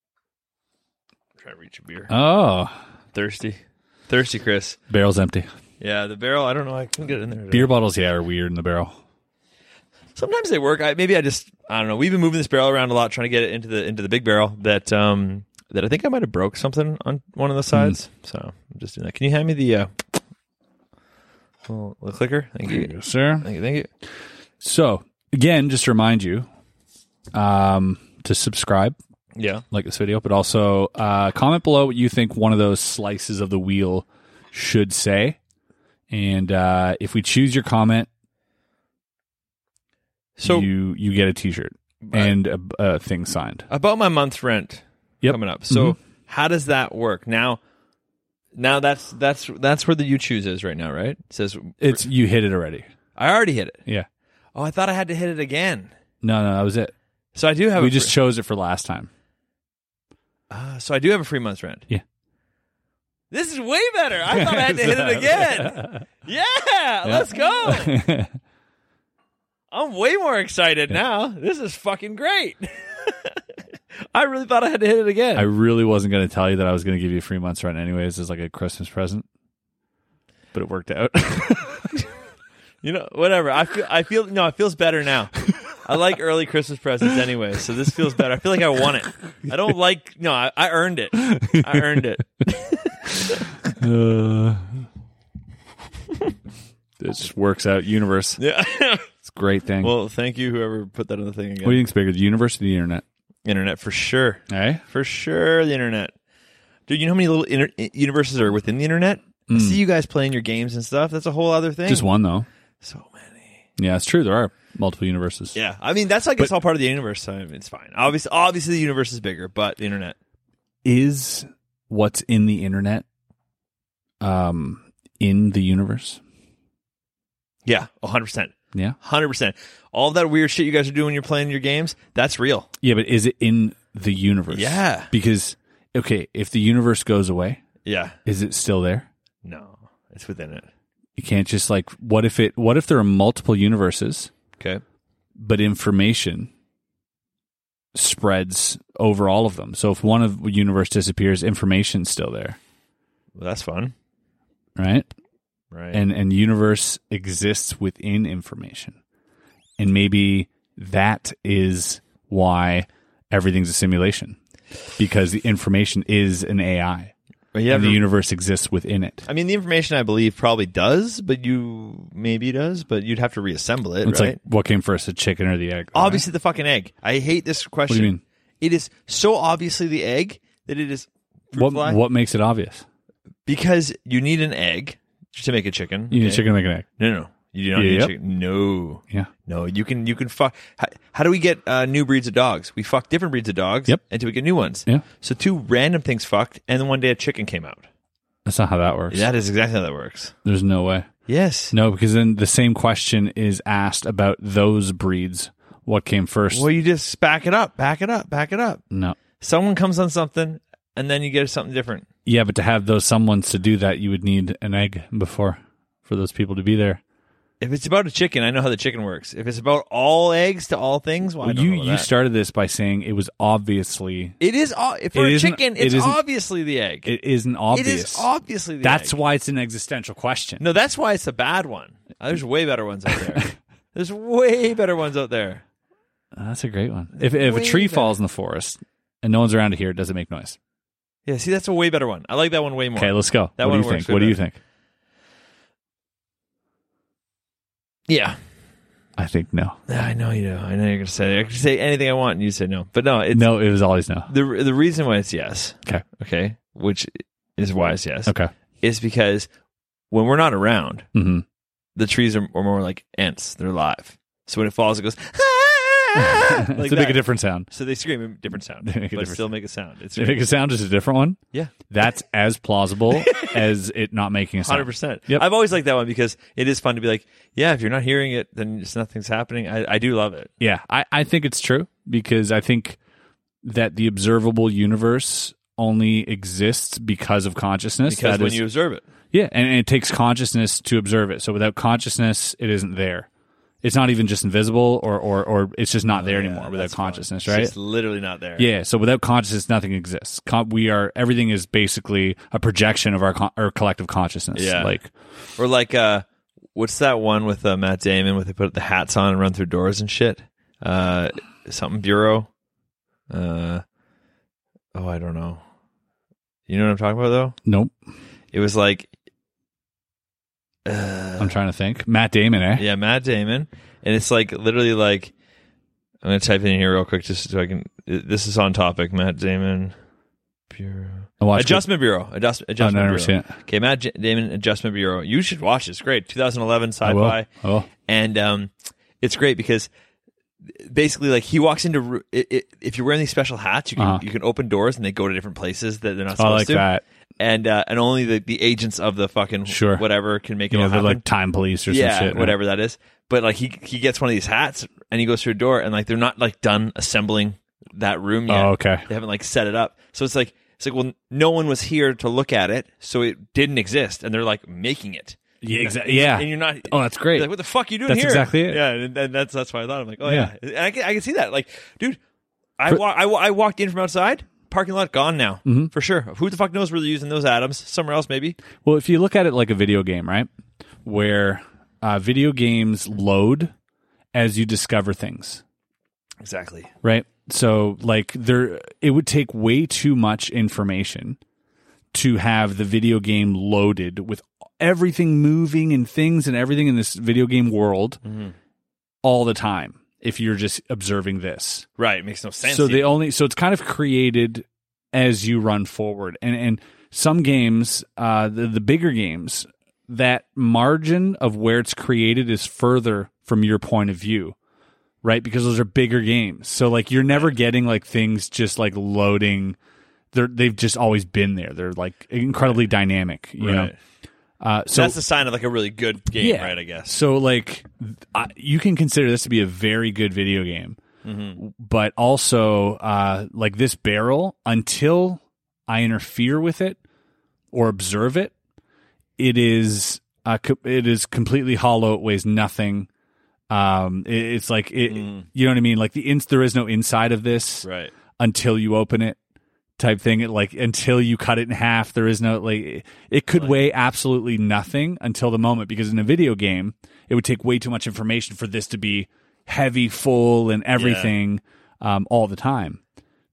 Try to reach a beer.
Oh,
Thirsty. Thirsty, Chris.
barrel's empty.
Yeah, the barrel. I don't know. I couldn't get it in there. at all.
Beer bottles, yeah, are weird in the barrel.
Sometimes they work. I, maybe I just I don't know. We've been moving this barrel around a lot, trying to get it into the into the big barrel. That um that I think I might have broke something on one of the
Hmm.
sides. So I'm just doing that. Can you hand me the uh, little, little clicker? Thank you.
Sure.
Thank you. Thank you.
So again, just to remind you um, to subscribe,
Yeah.
like this video, but also uh, comment below what you think one of those slices of the wheel should say. And uh, if we choose your comment,
So
you you get a T-shirt and a, a thing signed.
about my month's rent
Yep. Mm-hmm.
coming up. So how does that work now? Now that's that's that's where the you choose is right now, right? It says
It's you hit it already.
I already hit it.
Yeah.
Oh, I thought I had to hit it again.
No, no, that was it.
So I do have
We
a
just
free-
chose it for last time.
Uh, so I do have a free month's rent.
Yeah.
This is way better. I thought I had to hit it again. Yeah, let's go. I'm way more excited now. This is fucking great. I really thought I had to hit it again.
I really wasn't going to tell you that I was going to give you a free month's rent anyways as like a Christmas present, but it worked out.
you know, whatever. I feel. I feel. No, it feels better now. I like early Christmas presents anyway, so this feels better. I feel like I won it. I don't like. No, I, I earned it. I earned it.
Uh, it just works out. Universe.
Yeah.
It's a great thing.
well, thank you, whoever put that on the thing again.
what do you think's bigger, the universe or the internet?
Internet for sure.
Hey?
For sure, the internet. Dude, you know how many little inter- universes are within the internet? I see you guys playing your games and stuff. That's a whole other thing.
Hmm. Just one, though.
So many.
Yeah, it's true. There are multiple universes.
Yeah, I mean that's like it's all part of the universe. So I mean, it's fine. Obviously, obviously the universe is bigger, but the internet.
Is what's in the internet um, in the universe?
Yeah, hundred percent,
Yeah.
hundred percent. All that weird shit you guys are doing when you're playing your games, that's real.
Yeah, but is it in the universe?
Yeah.
Because, okay, if the universe goes away,
Yeah,
is it still there?
no, it's within it.
You can't just like what if it what if there are multiple universes
Okay.
but information spreads over all of them. So if one of universe disappears, information's still there,
Well, that's fun,
right?
right?
And and universe exists within information. And maybe that is why everything's a simulation because the information is an AI
but you have
and the
to-
universe exists within it.
I mean, the information I believe probably does, but you maybe does, but you'd have to reassemble it,
It's
right?
like what came first, the chicken or the egg? right?
Obviously, the fucking egg. I hate this question.
mean?
It is so obviously the egg that it is. fruit
what
fly.
what makes it obvious?
Because you need an egg to make a chicken.
You need a
okay?
chicken to make an egg.
No, no, you do not need
Yep.
a chicken. No,
Yeah.
no. You can you can fuck. How, how do we get uh, new breeds of dogs? We fuck different breeds of dogs.
Yep.
Until we get new ones.
Yeah.
So two random things fucked, and then one day a chicken came out.
That's not how that works.
That is exactly how that works.
There's no way.
Yes.
No, because then the same question is asked about those breeds. What came first?
Well, you just back it up, back it up, back it up.
no.
Someone comes on something, and then you get something different.
Yeah, but to have those someone's to do that, you would need an egg before for those people to be there.
If it's about a chicken, I know how the chicken works. If it's about all eggs to all things, well, I don't
you
know about
you
that.
started this by saying it was obviously
It is o- if for
It
a
isn't-
chicken,
it
it's
isn't-
obviously the egg.
it isn't
It
obvious.
is obviously the
That's
egg.
why it's an existential question.
no, that's why it's a bad one. Uh, There's way better ones out there. There's way better ones out there.
Uh, That's a great one. If if a
Way
tree
better.
falls in the forest and no one's around to hear it, does it make noise?
Yeah, see, that's a way better one. I like that one way more.
Okay, let's go.
That
what do
one
you
works
think?
way
What do you
better.
think?
yeah,
I think no.
I know you. do. I know you're gonna say. I could say anything I want, and you say no. But no, it's
no, it was always no.
the the reason why it's yes.
Okay.
Okay, which is why it's yes.
Okay.
is because when we're not around,
Mm-hmm.
the trees are, are more like ants. They're alive. So when it falls, it goes. ah! like
to make
that.
a different sound.
So they scream a different sound,
make a
but
different
still make a sound. It's
To make a sound, just a different one.
yeah,
That's as plausible as it not making a sound.
hundred percent.
Yep.
I've always liked that one because it is fun to be like, yeah, if you're not hearing it, then it's nothing's happening. I, I do love it.
Yeah, I, I think it's true because I think that the observable universe only exists because of consciousness.
Because
That
when
is-
you observe it,
yeah, and, and it takes consciousness to observe it. So without consciousness, it isn't there. It's not even just invisible, or or, or it's just
Oh,
not there anymore without consciousness, right?
It's literally not there.
Yeah, so without consciousness, nothing exists. Con- we are everything is basically a projection of our con- our collective consciousness.
Yeah.
like
Or like, uh, what's that one with uh, Matt Damon where they put the hats on and run through doors and shit? Uh, something Bureau. Uh, oh, I don't know. You know what I'm talking about though?
nope.
It was like, Uh,
I'm trying to think. Matt Damon, eh?
yeah, Matt Damon, and it's like literally like. I'm gonna type in here real quick just so I can. This is on topic. Matt Damon, Bureau.
I watched it.
Adjustment Bureau. Adjust, adjustment
Oh, never
Bureau.
seen it.
Okay, Matt J- Damon Adjustment Bureau. You should watch it. It's great. 2011 sci-fi.
I will. Oh, I will.
and um, it's great because basically, like he walks into ru- i i if you're wearing these special hats, you can
Uh-huh.
you can open doors and they go to different places that they're not
I
supposed
like
to.
that.
And uh, and only the, the agents of the fucking
Sure.
whatever can make it
You know,
all
they're
happen.
like time police or
yeah,
some shit.
whatever that is. But like he he gets one of these hats and he goes through a door and like they're not like done assembling that room yet.
Oh, okay.
They haven't like set it up. So it's like it's like well no one was here to look at it, so it didn't exist and they're like making it.
Yeah, exactly. Yeah.
And you're not
Oh, that's great.
you're like what the fuck you doing
That's
here?
exactly it.
Yeah, and, and that's that's why I thought I'm like, oh
Yeah.
yeah. And I can I can see that. Like, dude, I wa- I, wa- I walked in from outside, parking lot gone now.
Mm-hmm.
For sure. Who the fuck knows where they're using those atoms? Somewhere else maybe.
Well, if you look at it like a video game, right? Where uh, video games load as you discover things,
Exactly.
right? So, like, there, it would take way too much information to have the video game loaded with everything moving and things and everything in this video game world
Mm-hmm.
all the time. If you're just observing this,
Right. Makes no sense.
so they
even.
only so it's kind of created as you run forward, and and some games, uh, the the bigger games, that margin of where it's created is further from your point of view, right? Because those are bigger games, so like you're never getting like things just like loading. They're they've just always been there. They're like incredibly dynamic, you know.
Right.
Uh, so
that's the sign of like a really good game,
yeah.
right? I guess.
So like, th- I, you can consider this to be a very good video game, but also uh, like this barrel. Until I interfere with it or observe it, it is uh, co- it is completely hollow. It weighs nothing. Um, it, it's like it, you know what I mean. Like the ins, there is no inside of this
Right.
until you open it type thing It, like until you cut it in half there is no like it could weigh absolutely nothing until the moment because in a video game it would take way too much information for this to be heavy full and everything um, all the time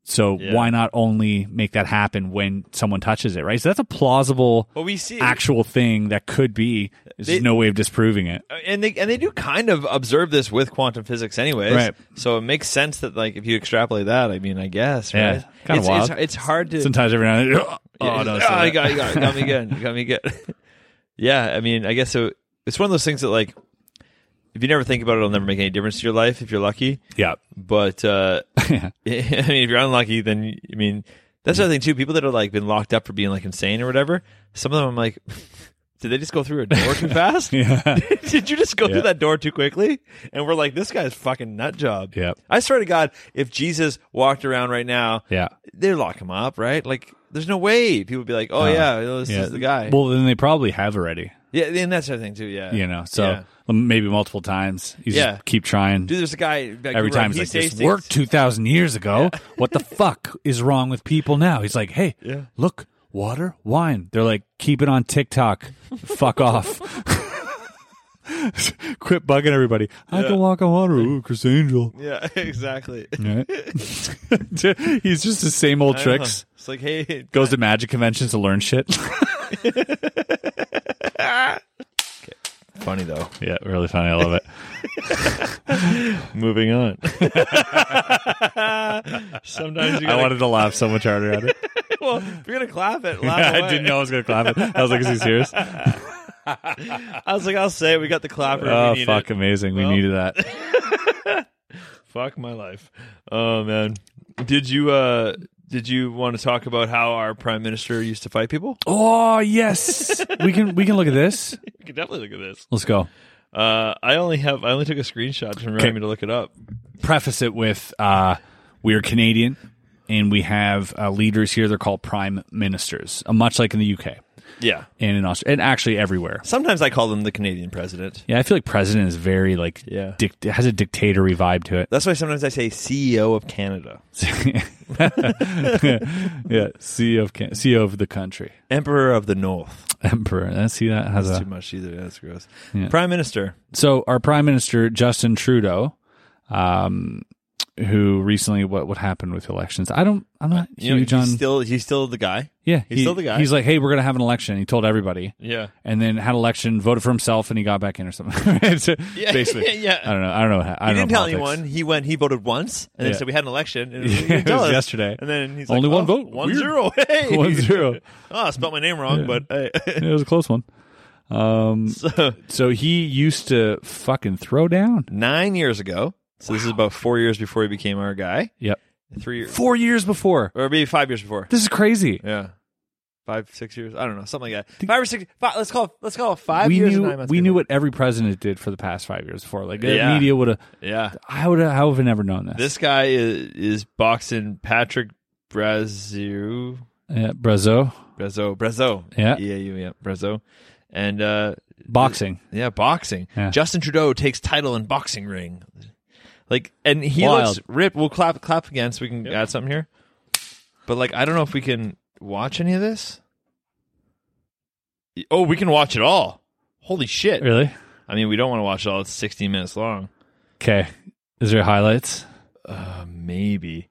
so why not only make that happen when someone touches it right so that's a plausible
Well, we see-
actual thing that could be there's
They-
just no way of disproving it
Uh, And they and they do kind of observe this with quantum physics, anyways.
Right.
So it makes sense that like if you extrapolate that, I mean, I guess.
Yeah.
Right?
Kinda
it's,
wild.
It's, it's hard to.
sometimes every now and then
Yeah,
oh
it's-
no
oh,
it's not
you
that.
got you got, you got me good. You got me good. yeah. I mean, I guess so. It's one of those things that like. If you never think about it, it'll never make any difference to your life if you're lucky.
yeah
But uh,
Yeah.
I mean, if you're unlucky, then I mean, that's the other thing too. People that are like been locked up for being like insane or whatever. Some of them, I'm like, did they just go through a door too fast?
Yeah.
did you just go
Yeah.
through that door too quickly? And we're like, this guy's fucking nut job.
Yep.
I swear to God, if Jesus walked around right now,
yeah
they'd lock him up, right? Like, there's no way people would be like, oh
Uh,
yeah, this is the guy.
Well, then they probably have already,
yeah, and that's the other thing too. Yeah,
you know. So
Yeah.
maybe multiple times. You
Yeah.
just keep trying.
dude, there's a guy back
Every time he's like, "This worked two thousand years ago. What the fuck is wrong with people now?" He's like, "Hey, look, water, wine." They're like, "Keep it on TikTok. fuck off." Quit bugging everybody. I can walk on water. Ooh, Chris Angel.
Yeah, exactly.
Right? he's just the same old tricks.
It's like, hey,
Goes to magic conventions to learn shit.
funny though.
yeah, really funny. I love it.
Moving on. Sometimes you
I
gotta,
wanted to laugh so much harder at it.
well, if you're gonna clap it. Laugh
I
away.
didn't know I was going to clap it. I was like, is he serious?
I was like, I'll say it. We got the clapper. if
Oh,
we need
fuck.
it.
Amazing. We
Well.
needed that.
Fuck my life. Oh man. Did you uh did you want to talk about how our prime minister used to fight people?
Oh yes, we can we can look at this.
We can definitely look at this.
Let's go.
Uh I only have I only took a screenshot to remind
Okay.
me to look it up.
Preface it with uh, we are Canadian, and we have uh, leaders here. They're called prime ministers, uh, much like in the UK
Yeah.
and in Australia, and actually everywhere.
Sometimes I call them the Canadian president.
Yeah, I feel like president is very like
Yeah.
dic- has a dictatory vibe to it.
That's why sometimes I say CEO of Canada.
yeah, CEO of Can- CEO of the country,
Emperor of the North.
emperor. I see that has
That's
a
too much either. That's gross. Prime Minister.
so our prime minister Justin Trudeau, um, who recently what what happened with elections? I don't. I'm not
You know,
huge on.
he's still he's still the guy.
yeah,
he's still the guy.
He's like, hey, we're gonna have an election. He told everybody.
Yeah.
And then had election, voted for himself, and he got back in or something. yeah, basically,
yeah.
I don't know. I don't know. how- I
He
don't
didn't
know
tell
politics.
anyone. He went. He voted once, and then
Yeah.
said we had an election. And
Yeah,
he didn't
it
tell
was
us.
yesterday.
And then he's
Only
like,
one
oh,
vote.
one
Weird.
zero. Hey,
One zero.
oh, I spelled my name wrong, but hey.
Yeah, it was a close one. Um, so, he used to fucking throw down.
nine years ago. So this is about four years before he became our guy.
Yep.
Three
Four years before.
or maybe five years before.
This is crazy.
Yeah, five six years. I don't know, something like that. Five or six. Five, let's call. it- Let's call it five
we
years. and nine
knew
months
we
ago.
knew what every president did for the past five years before. Like the
Yeah.
media would have.
Yeah,
I would have. I would have never known this.
this guy is, is boxing Patrick Braziu.
yeah, Brazo
Brazo, Brazo,
Yeah.
yeah, yeah, Brazo, and uh,
boxing.
Yeah, boxing.
Yeah.
Justin Trudeau takes title in boxing ring. Like, and he
Wild.
looks ripped. We'll clap, clap again so we can add something here. But like, I don't know if we can watch any of this. Oh, we can watch it all. Holy shit!
Really?
I mean, we don't want to watch it all. It's 16 minutes long.
Okay. Is there highlights?
Uh, maybe.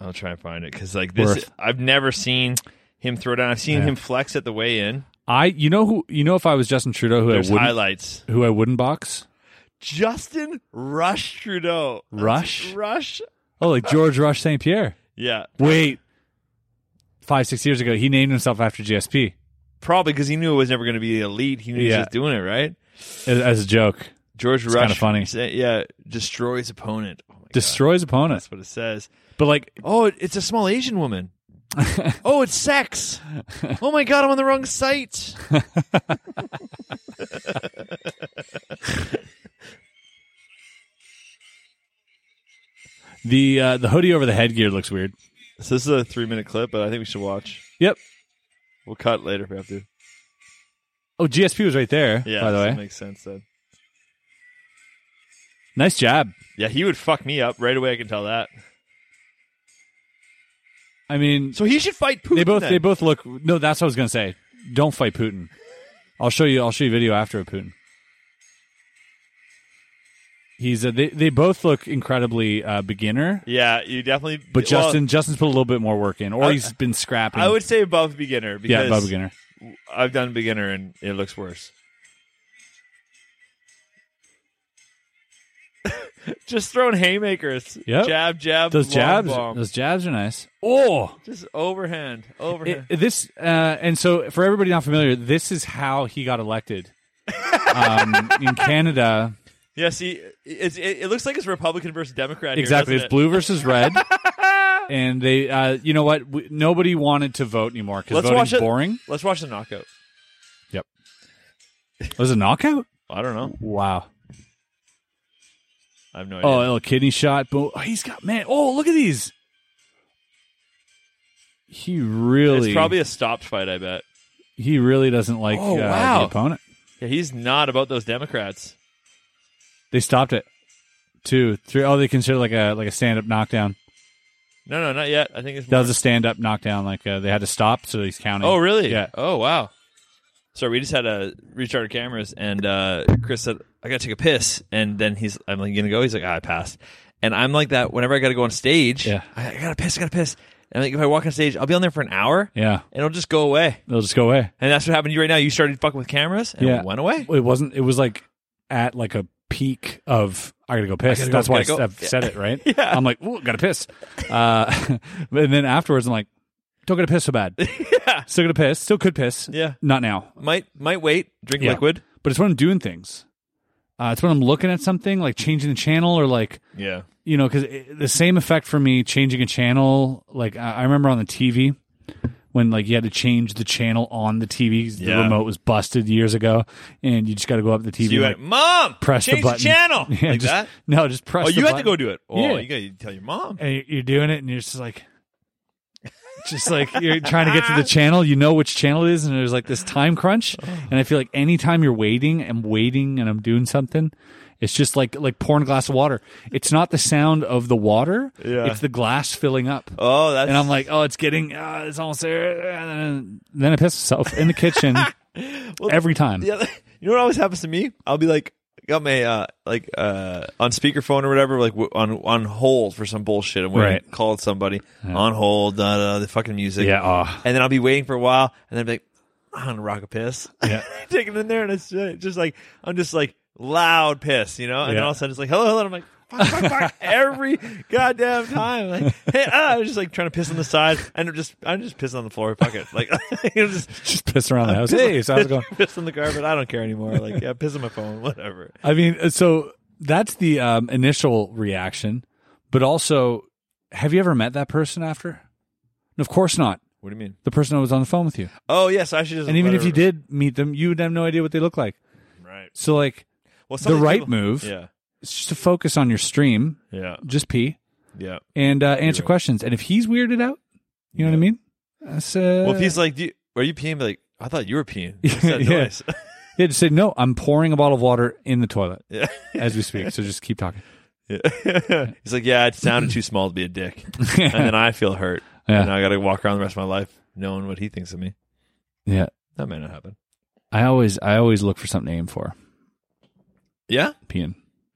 I'll try and find it because like this,
Worth.
I've never seen him throw down. I've seen
Yeah.
him flex at the weigh-in.
I. You know who? You know if I was Justin Trudeau, who I
There's
wouldn't.
highlights.
Who I wouldn't box?
Justin Rush Trudeau. That's
Rush?
Rush.
Oh, like George Rush St. Pierre.
Yeah,
Wait. Five six years ago, he named himself after GSP
probably because he knew it was never going to be elite. He knew he
Yeah.
was just doing it right.
as, as a joke.
George
It's
Rush,
kinda funny.
sa- yeah, destroys opponent. Oh my God,
Destroys opponents.
that's what it says.
But like,
Oh, it- it's a small Asian woman. oh, it's sex. Oh my God, I'm on the wrong site.
The uh, the hoodie over the headgear looks weird.
So this is a three minute clip, but I think we should watch.
Yep.
We'll cut later if we have to.
Oh, GSP was right there.
Yeah,
by the
so
way,
it makes sense then.
nice jab.
Yeah, he would fuck me up right away. I can tell that.
I mean,
So he should fight Putin.
they both
then.
they both look. No, that's what I was gonna say. Don't fight Putin. I'll show you. I'll show you video after of Putin. He's uh they they both look incredibly uh, beginner,
Yeah, you definitely.
but
well,
Justin Justin's put a little bit more work in, or
I-
he's been scrapping.
I would say above beginner because
yeah, above beginner.
I've done beginner and it looks worse. Just throwing haymakers.
Yep.
Jab, jab,
Those
long
jabs,
bomb.
those jabs are nice. Oh,
Just overhand,
It-
overhand.
this uh, and so for everybody not familiar, this is how he got elected um, in Canada.
yeah, see, it's, it, it looks like it's Republican versus Democrat. here,
Exactly,
doesn't
it's blue versus red, and they, uh, you know what? W nobody wanted to vote anymore
It?
because
Let's
voting's
watch it.
boring.
Let's watch the knockout.
Was it a knockout?
I don't know.
Wow.
I have no
Oh, a
idea.
little kidney shot. But oh, he's got man. Oh, look at these. He really,
It's probably a stopped fight. I bet.
he really doesn't like
Oh,
uh,
wow.
the opponent.
Yeah, he's not about those Democrats.
They stopped it. Two, three. Oh, they consider like a like a stand up knockdown.
No, no, not yet. I think it's
That
more-
was a stand-up knockdown. Like uh, they had to stop, so he's counting.
Oh, really?
Yeah.
Oh, wow. Sorry, we just had to restart our cameras, and uh, Chris said, "I gotta take a piss," and then he's, "I'm like, you gonna go?" He's like, ah, "I passed," and I'm like that whenever I gotta go on stage.
Yeah.
I, I gotta piss. I gotta piss. And like, if I walk on stage, I'll be on there for an hour,
Yeah,
and it'll just go away.
they'll just go away.
And that's what happened to you right now. You started fucking with cameras, and
yeah,
it went away.
It wasn't. It was like at like a peak of I gotta go piss.
gotta go,
That's why I
gotta go.
have said it right.
Yeah.
I'm like, ooh, gotta piss. Uh, and then afterwards, I'm like, don't gotta piss so bad. yeah. Still gonna piss. Still could piss.
Yeah.
Not now.
Might might wait. Drink
Yeah.
liquid.
But it's when I'm doing things. Uh, it's when I'm looking at something, like changing the channel or like
Yeah.
you know, because the same effect for me changing a channel. Like I, I remember on the TV when like you had to change the channel on the TV. 'cause The
Yeah.
remote was busted years ago, and you just got to go up to the TV.
So you
and,
went,
like,
Mom,
press the
change
button.
channel.
Yeah,
like
just-
that?
No, just press.
Oh,
the
you had to
button.
go do it. Oh,
Yeah.
you got to tell your mom.
And you- you're doing it, and you're just like. Just like you're trying to get to the channel, you know which channel it is, and there's like this time crunch. And I feel like anytime you're waiting, I'm waiting and I'm doing something. It's just like like pouring a glass of water. It's not the sound of the water;
Yeah.
it's the glass filling up.
Oh, that's
And I'm like, oh, it's getting, uh, it's almost there. And then- then I piss myself in the kitchen every time.
the other, you know what always happens to me? I'll be like, got my uh, like uh, on speakerphone or whatever, like w- on on hold for some bullshit. I'm waiting,
Right.
called somebody on hold, da, da, da, the fucking music.
Yeah, ah. aw.
and then I'll be waiting for a while, and then I'll be like, I'm gonna rock a piss.
Yeah.
Take it in there, and it's ju- just like I'm just like loud piss, you know. And then
Yeah.
all of a sudden it's like hello, hello. And I'm like. Fuck, fuck, fuck, every goddamn time, like, hey, ah, I was just like trying to piss on the side, and I'm just, I'm just pissing on the floor. Fuck it, like, you know, just
Just piss around the house. Hey, so how's it going?
piss on the carpet. I don't care anymore. Like, yeah, piss on my phone, whatever.
I mean, uh, so that's the um, initial reaction. But also, have you ever met that person after? And of course not.
What do you mean?
The person who was on the phone with you.
Oh, yes, I should just.
And even
let
if you
her-
did meet them, you would have no idea what they look like.
right?
So, like,
Well,
the
something
right
people-
move
Yeah,
is just to focus on your stream,
yeah,
just pee,
yeah.
and uh, answer
right.
questions. And if he's weirded out, you know what I mean? That's, uh,
Well, if he's like, do you, "Are you peeing?" Be Like, I thought you were peeing. What's that
Yeah.
noise?
Yeah, just say no. I'm pouring a bottle of water in the toilet
yeah.
as we speak. So just keep talking.
yeah. he's like, "Yeah, it sounded too small to be a dick," and then I feel hurt,
Yeah.
and I got to walk around the rest of my life knowing what he thinks of me.
Yeah,
That may not happen.
I always I always look for something to aim for.
Yeah,
Peeing.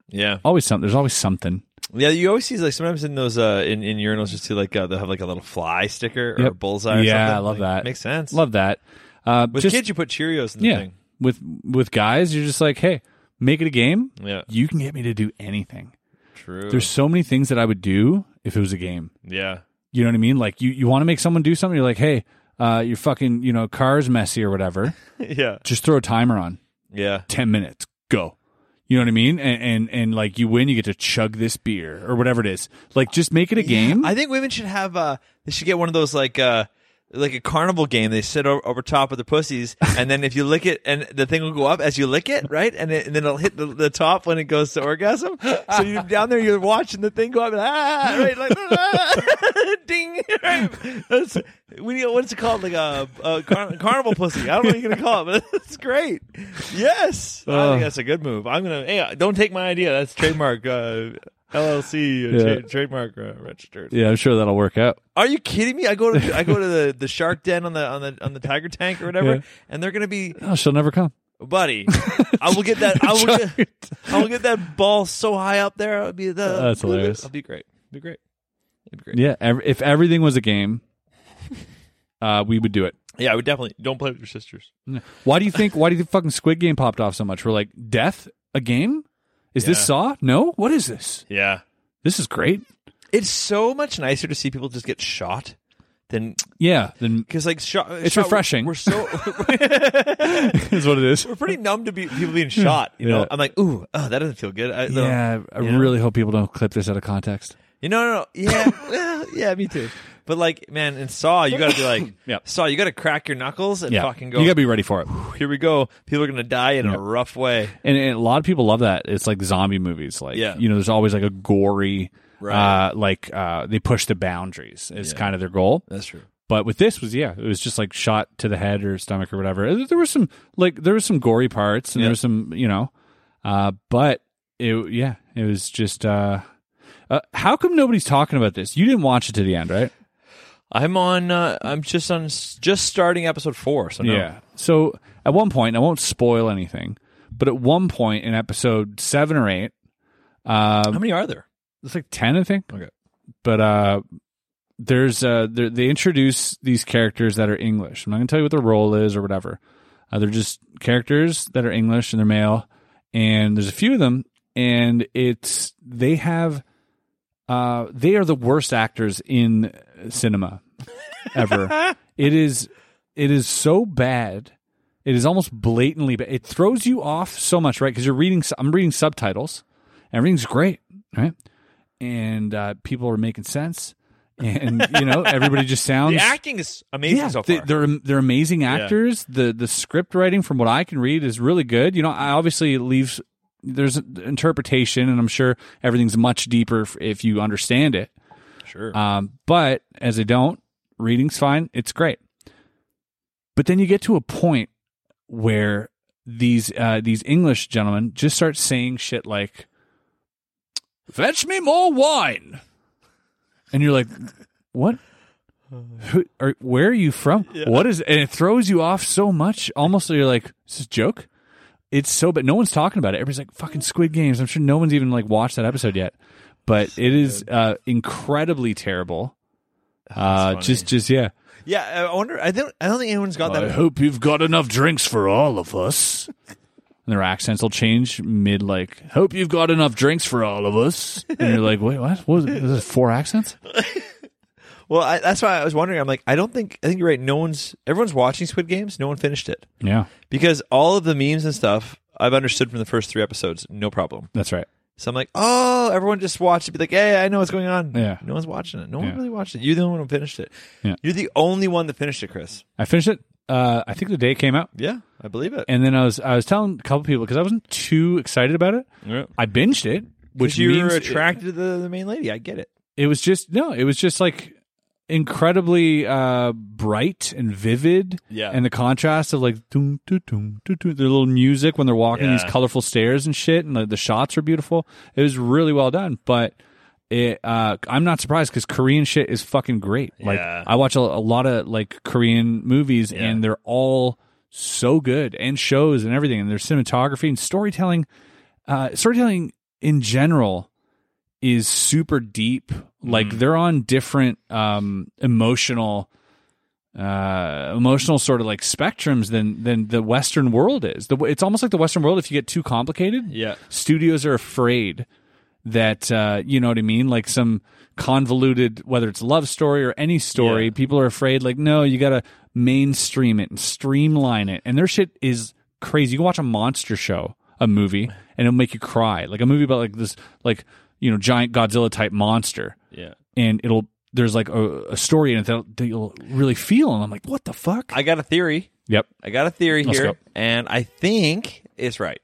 yeah,
Always something. There's always something.
yeah. You always see like sometimes in those uh in, in urinals you see like uh, they'll have like a little fly sticker or a
Yep.
bullseye. Or
Yeah,
something.
I love
Like,
that.
Makes sense.
Love that. Uh,
With
just,
kids, you put Cheerios in the
yeah.
thing.
With with guys, you're just like, hey, make it a game.
Yeah,
You can get me to do anything.
true.
There's so many things that I would do if it was a game.
yeah,
You know what I mean? Like you you want to make someone do something. You're like, hey, uh, your fucking you know car's messy or whatever.
yeah,
just throw a timer on.
yeah.
10 minutes go you know what i mean and, and and like you win you get to chug this beer or whatever it is like just make it a game
I think women should have uh they should get one of those like uh like a carnival game. They sit over, over top of the pussies, and then if you lick it, and the thing will go up as you lick it, right? And, it, and then it'll hit the, the top when it goes to orgasm. So you're down there, you're watching the thing go up, ah, right? Like ah, ding. Right? That's, we need, what's it called? Like a, a car, carnival pussy. I don't know what you're gonna call it, but it's great. Yes, I think that's a good move. I'm gonna. Hey, don't take my idea. That's trademark. Uh, LLC uh,
Yeah.
tra- trademark uh, registered.
yeah i'm sure that'll work out
Are you kidding me? I go to I go to the, the shark den on the on the on the tiger tank or whatever,
Yeah.
and they're gonna be
oh she'll never come
buddy. I will get that. I will get, I will get that ball so high up there. I'll be the
That's hilarious.
I'll be great. Be great. It'd be great.
yeah ev- if everything was a game uh we would do it
Yeah, I would definitely don't play with your sisters.
why do you think why do you think fucking squid game popped off so much we're like death a game is
Yeah.
this saw no what is this
Yeah,
this is great
it's so much nicer to see people just get shot than
yeah then
because like shot.
It's
shot-
refreshing.
We're so
is what it is
we're pretty numb to be, people being shot. You know,
Hmm. Yeah.
I'm like, ooh, oh, that doesn't feel good. I, no.
yeah i
You know?
really hope people don't clip this out of context
You know, no, no. yeah, well, yeah, me too. But like, man, in Saw, you got to be like,
Yep.
Saw, you got to crack your knuckles and fucking go.
you gotta be ready for it
Here we go. People are gonna die in a rough way.
and, and a lot of people love that. It's like zombie movies, like
Yeah.
you know, there's always like a gory,
Right.
uh, like uh, they push the boundaries is kind of their goal.
That's true.
But with this was yeah, it was just like shot to the head or stomach or whatever. There was some like there was some gory parts and
Yeah.
there was some you know, uh, but it yeah, it was just. Uh, uh, how come nobody's talking about this? You didn't watch it to the end, right?
I'm on. Uh, I'm just on. s- Just starting episode four. So no.
Yeah. So at one point, I won't spoil anything, but at one point in episode seven or eight, um,
How many are there?
it's like 10 i think
Okay.
but uh there's uh they they introduce these characters that are english i'm not gonna tell you what their role is or whatever uh, they're just characters that are english and they're male and there's a few of them and it's they have uh they are the worst actors in cinema ever it is it is so bad It is almost blatantly, but it throws you off so much, right? Because you're reading, I'm reading subtitles. Everything's great, right? And uh, people are making sense, and you know everybody just sounds
The acting is amazing so
Um, they-
far.
They're they're amazing actors. The the script writing, from what I can read, is really good. You know, I obviously it leaves there's interpretation, and I'm sure everything's much deeper if, if you understand it.
sure.
Um, but as I don't, reading's fine. It's great. But then you get to a point where these uh, these English gentlemen just start saying shit like, "Fetch me more wine," and you're like, "What? Who, are, where are you from? What is?" And it throws you off so much. Almost you're like, "Is this a joke?" It's so, but no one's talking about it. Everybody's like, "Fucking Squid Games." I'm sure no one's even like watched that episode yet. But it is uh, incredibly terrible. Uh, just, just yeah.
yeah, I wonder. I don't. I don't think anyone's got that.
hope you've got enough drinks for all of us. And their accents will change mid, like, hope you've got enough drinks for all of us. And you're like, wait, what? What was it? Was it four accents?
Well, I, that's why I was wondering. I'm like, I don't think. I think you're right. No one's. Everyone's watching Squid Games. No one finished it
Yeah,
because all of the memes and stuff I've understood from the first three episodes. No problem.
that's right.
So I'm like, oh, everyone just watched it. Be like, hey, I know what's going on.
Yeah.
No one's watching it. No
Yeah.
one really watched it. You're the only one who finished it.
Yeah.
You're the only one that finished it, Chris.
I finished it. Uh, I think the day it came out.
Yeah, I believe it.
And then I was, I was telling a couple people because I wasn't too excited about it.
Yeah.
I binged it, which
Which you
means
were attracted to the, the main lady. I get it.
it was just no it was just like incredibly uh bright and vivid
Yeah.
and the contrast of like doom, doom, doom, doom, doom, their little music when they're walking these
Yeah.
colorful stairs and shit and the, the shots are beautiful it was really well done but it uh i'm not surprised because korean shit is fucking great like
Yeah.
i watch a, a lot of like korean movies
Yeah.
and they're all so good and shows and everything and their cinematography and storytelling uh storytelling in general is super deep. Like they're on different um emotional uh emotional sort of like spectrums than than the western world is. The it's almost like the western world if you get too complicated.
Yeah.
Studios are afraid that uh you know what I mean like some convoluted whether it's love story or any story
Yeah.
people are afraid like no you got to mainstream it and streamline it and their shit is crazy you can watch a monster show a movie and it'll make you cry like a movie about like this like you know giant godzilla type monster
Yeah.
and it'll there's like a, a story in it that, that you'll really feel and i'm like what the fuck
I got a theory.
yep
I got a theory
Let's
here,
go.
and I think it's right.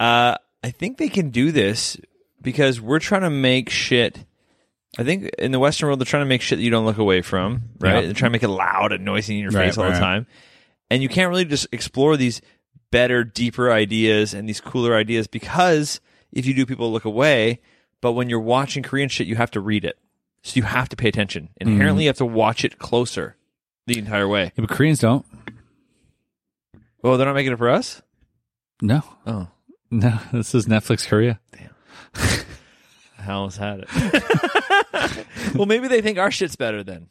Uh, I think they can do this because we're trying to make shit. I think in the Western world, they're trying to make shit that you don't look away from, right?
Yeah.
They're trying to make it loud and noisy in your
Right,
face all
right.
the time. And you can't really just explore these better, deeper ideas and these cooler ideas because if you do, people look away. But when you're watching Korean shit, you have to read it. So you have to pay attention.
Mm-hmm.
Inherently, you have to watch it closer the entire way.
yeah, but koreans don't
Oh, they're not making it for us?
no
Oh.
no this is netflix korea
I almost had it. well, maybe they think our shit's better then.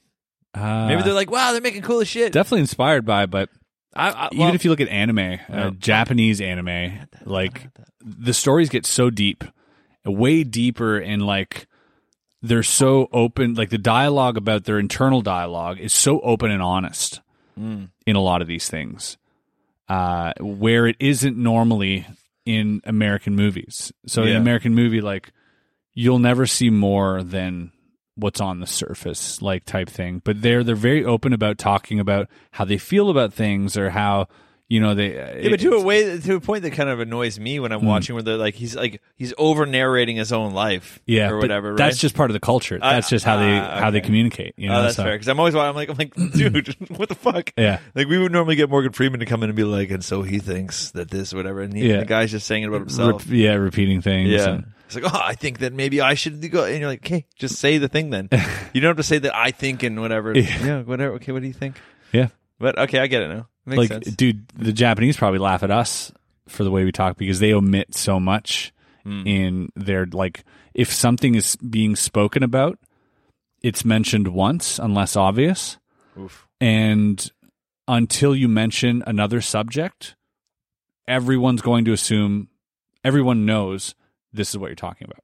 uh,
Maybe they're like, wow, they're making coolest shit.
definitely inspired by but
I, I,
even if you look at anime, uh, Japanese anime, like the stories get so deep, way deeper, and like they're so open. Like the dialogue about their internal dialogue is so open and honest
Mm.
in a lot of these things, uh, where it isn't normally in American movies. So in
Yeah.
American movie, like you'll never see more than what's on the surface like type thing but they're they're very open about talking about how they feel about things or how you know they uh,
yeah, but to a way, to a point that kind of annoys me when
Hmm.
I'm watching, where they're like, he's like, he's over narrating his own life,
yeah
or
but
whatever. right?
that's just part of the culture
I-
that's just how they
ah,
how they
okay.
communicate you know
oh, that's
so-
fair. Because I'm always, I'm like, I'm like, dude, what the fuck?
Yeah.
Like we would normally get Morgan Freeman to come in and be like, and so he thinks that this, whatever, and, he,
Yeah.
the guy's just saying it about
Rep-
himself.
yeah repeating things
Yeah.
and-
It's like, oh, I think that maybe I should go. And you're like, okay, just say the thing then. you don't have to say that I think and whatever.
Yeah.
Yeah, whatever. Okay, what do you think?
yeah
But okay, I get it now. Makes
like
sense.
dude the japanese probably laugh at us for the way we talk because they omit so much
Hmm.
in their like if something is being spoken about it's mentioned once unless obvious and until you mention another subject everyone's going to assume everyone knows this is what you're talking about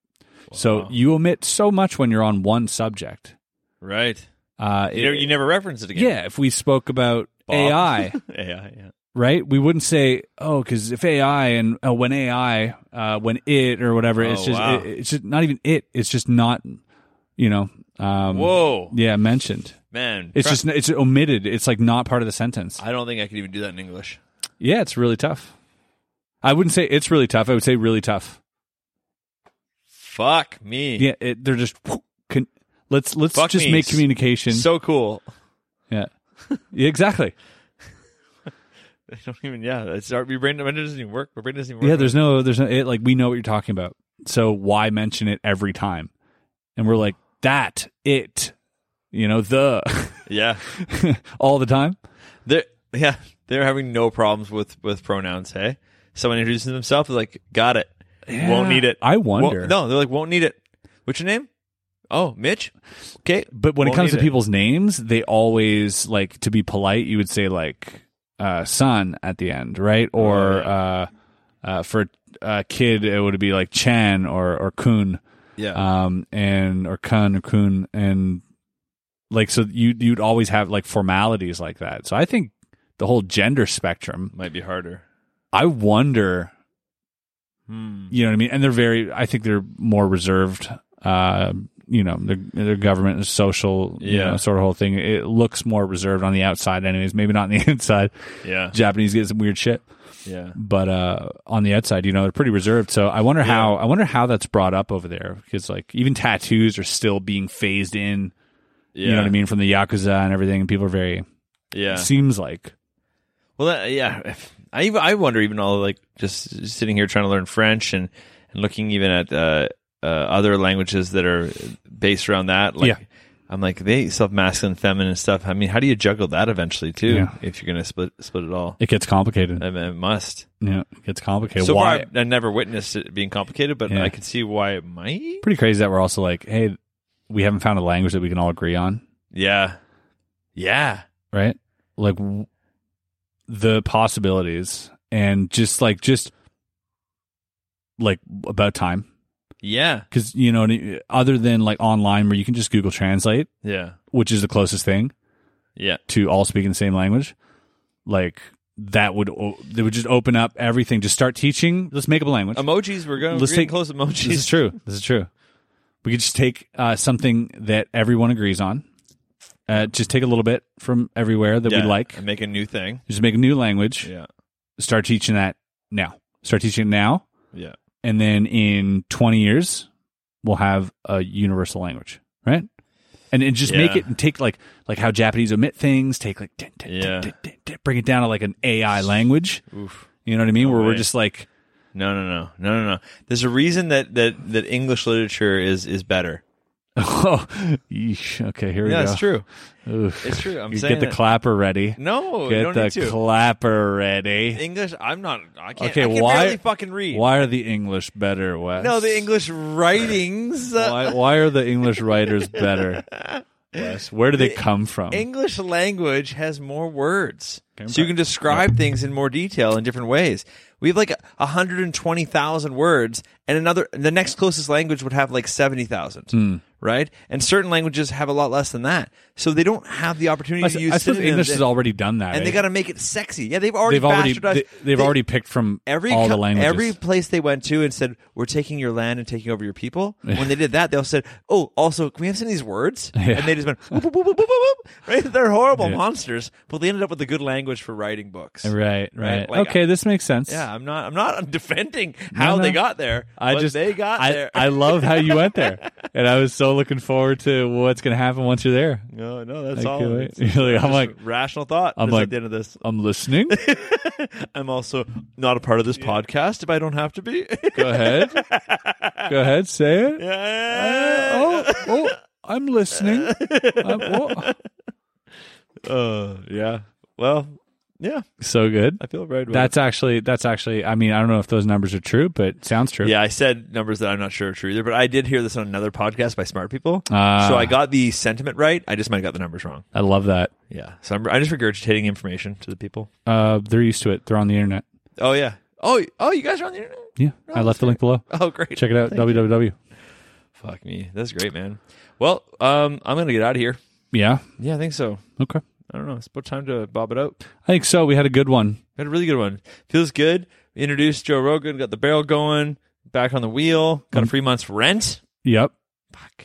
so you omit so much when you're on one subject
right.
uh,
You, know,
it-
you never reference it again.
yeah if we spoke about
Bob.
ai
AI. Yeah.
right? We wouldn't say, oh, because if AI and oh, when AI, uh, when it or whatever, it's
Oh,
just
wow.
it, it's just not even it. It's just not, you know. Um,
Whoa.
Yeah, mentioned.
Man,
It's
Fra-
just it's omitted. It's like not part of the sentence.
I don't think I could even do that in English.
Yeah, it's really tough. I wouldn't say it's really tough. I would say really tough.
Fuck me.
Yeah, it, they're just con- let's let's
Fuck
just
me.
make communication.
So cool.
yeah, yeah, exactly.
I don't even. Yeah, it's our your brain. My brain doesn't even work. My brain doesn't even work.
Yeah, there's no there's no it, like we know what you're talking about. So why mention it every time? And we're like that it, you know the
Yeah,
all the time.
they're yeah they're having no problems with with pronouns. Hey, someone introducing themselves is like, got it. Won't need it.
I
Won't-
wonder.
no, they're like, won't need it. What's your name? Oh, Mitch. Okay,
But when it
Won't
comes to
need
people's names, they always like to be polite. You would say like uh, son at the end, right? Or uh, uh, for a kid, it would be like Chan or or Kun.
yeah,
um, and or kun or kun and like so you you'd always have like formalities like that. So I think the whole gender spectrum.
might be harder.
I wonder, you know what I mean? And they're very. I think they're more reserved. Uh, you know, their their government is social, you
Yeah.
know, sort of whole thing. It looks more reserved on the outside, anyways. Maybe not on the inside.
Yeah,
Japanese get some weird shit
yeah.
but uh, on the outside, you know, they're pretty reserved. So I wonder how I wonder how that's brought up over there because like even tattoos are still being phased in. You know what I mean from the yakuza and everything, and people are very
Yeah.
seems like
Well, that, yeah, if- I even I wonder even all like just sitting here trying to learn French and and looking even at uh, uh, other languages that are based around that. Like,
Yeah.
I'm like they self masculine, feminine stuff. I mean, how do you juggle that eventually too?
Yeah.
If you're gonna split split it all,
it gets complicated.
I mean, it must.
yeah, it gets complicated.
Uh, so
why?
far, I've, I've never witnessed it being complicated, but
Yeah.
I could see why it might.
pretty crazy that we're also like, hey, we haven't found a language that we can all agree on,
Yeah, yeah,
right? Like w- the possibilities and just like just like about time
yeah,
because you know uh, other than like online where you can just Google Translate.
yeah,
which is the closest thing
yeah.
to all speaking the same language, like that would o- they would just open up everything. Just start teaching. Let's make up a language.
Emojis. We're going.
Let's
Let's take
take-
close emojis.
This is true. This is true. We could just take uh, something that everyone agrees on. Uh, just take a little bit from everywhere that
Yeah.
we like.
And make a new thing.
Just make a new language.
Yeah,
Start teaching that now. Start teaching it now,
yeah.
and then in twenty years, we'll have a universal language, right? And, and just make
Yeah.
it and take like like how Japanese omit things, take like din, din,
Yeah.
din, din, din, din, bring it down to like an AI language. You know what I mean? Where we're
way.
just like
No, no, no, no, no, no. There's a reason that that that English literature is is better.
oh, yeesh, okay, here we
Yeah,
go.
it's true.
Oof.
It's true. I'm
You
saying
get the
that-
clapper ready.
No, you
get
don't
the
need to.
clapper ready.
English. I'm not. I can't.
Okay,
I can
why
barely fucking read.
Why are the English better, Wes?
No, the English writings. uh,
Why why are the English writers better? Wes? Where do they come from?
English language has more words, so you can describe things in more detail in different ways. We have like 120,000 words, and another the next closest language would have like 70,000,
Hmm.
right? And certain languages have a lot less than that, so they don't have the opportunity
I,
to
su-
use.
I suppose
synonyms
English
and-
has already done that.
and they
right?
got to make it sexy. Yeah, they've already
they've already
bastardized.
they, they've
they-
already picked from
every
all the
co-
languages.
every place they went to and said we're taking your land and taking over your people. When they did that, they all said, "Oh, also can we have some of these words?" And they just went, whoop, whoop, whoop, whoop, whoop, whoop. right? They're horrible monsters, but they ended up with a good language for writing books.
right, right.
right, like,
okay, this makes sense.
Yeah, I'm not. I'm not defending how
no.
they got there.
I
but
just
they got
I,
there.
I love how you went there, and I was so looking forward to what's going to happen once you're there.
no, no, that's
I
all.
can't wait.
It's
You're like, I'm
just
like,
rational thought.
I'm
This is
like-
at the end of this,
I'm listening.
I'm also not a part of this podcast if I don't have to be.
Go ahead, go ahead, say it.
Yeah.
Oh, oh, I'm listening. I'm- oh.
Uh, yeah. Well, yeah.
So good.
I feel right. About
That's actually that's actually. I mean, I don't know if those numbers are true, but it sounds true.
Yeah, I said numbers that I'm not sure are true either, but I did hear this on another podcast by smart people.
Ah.
so I got the sentiment right. I just might have got the numbers wrong.
I love that.
Yeah. So I'm, I'm just regurgitating information to the people.
Uh, they're used to it. They're on the internet.
Oh, yeah. Oh, oh, you guys are on the internet?
Yeah, I left the link below.
Oh, great.
Check it out. www.
Fuck me. That's great, man. Well, um, I'm going to get out of here.
Yeah.
Yeah, I think so.
Okay.
I don't know. It's about time to bob it out.
I think so. We had a good one.
We had a really good one. Feels good. We introduced Joe Rogan, got the barrel going, back on the wheel, got
Mm-hmm.
a free month's rent.
Yep.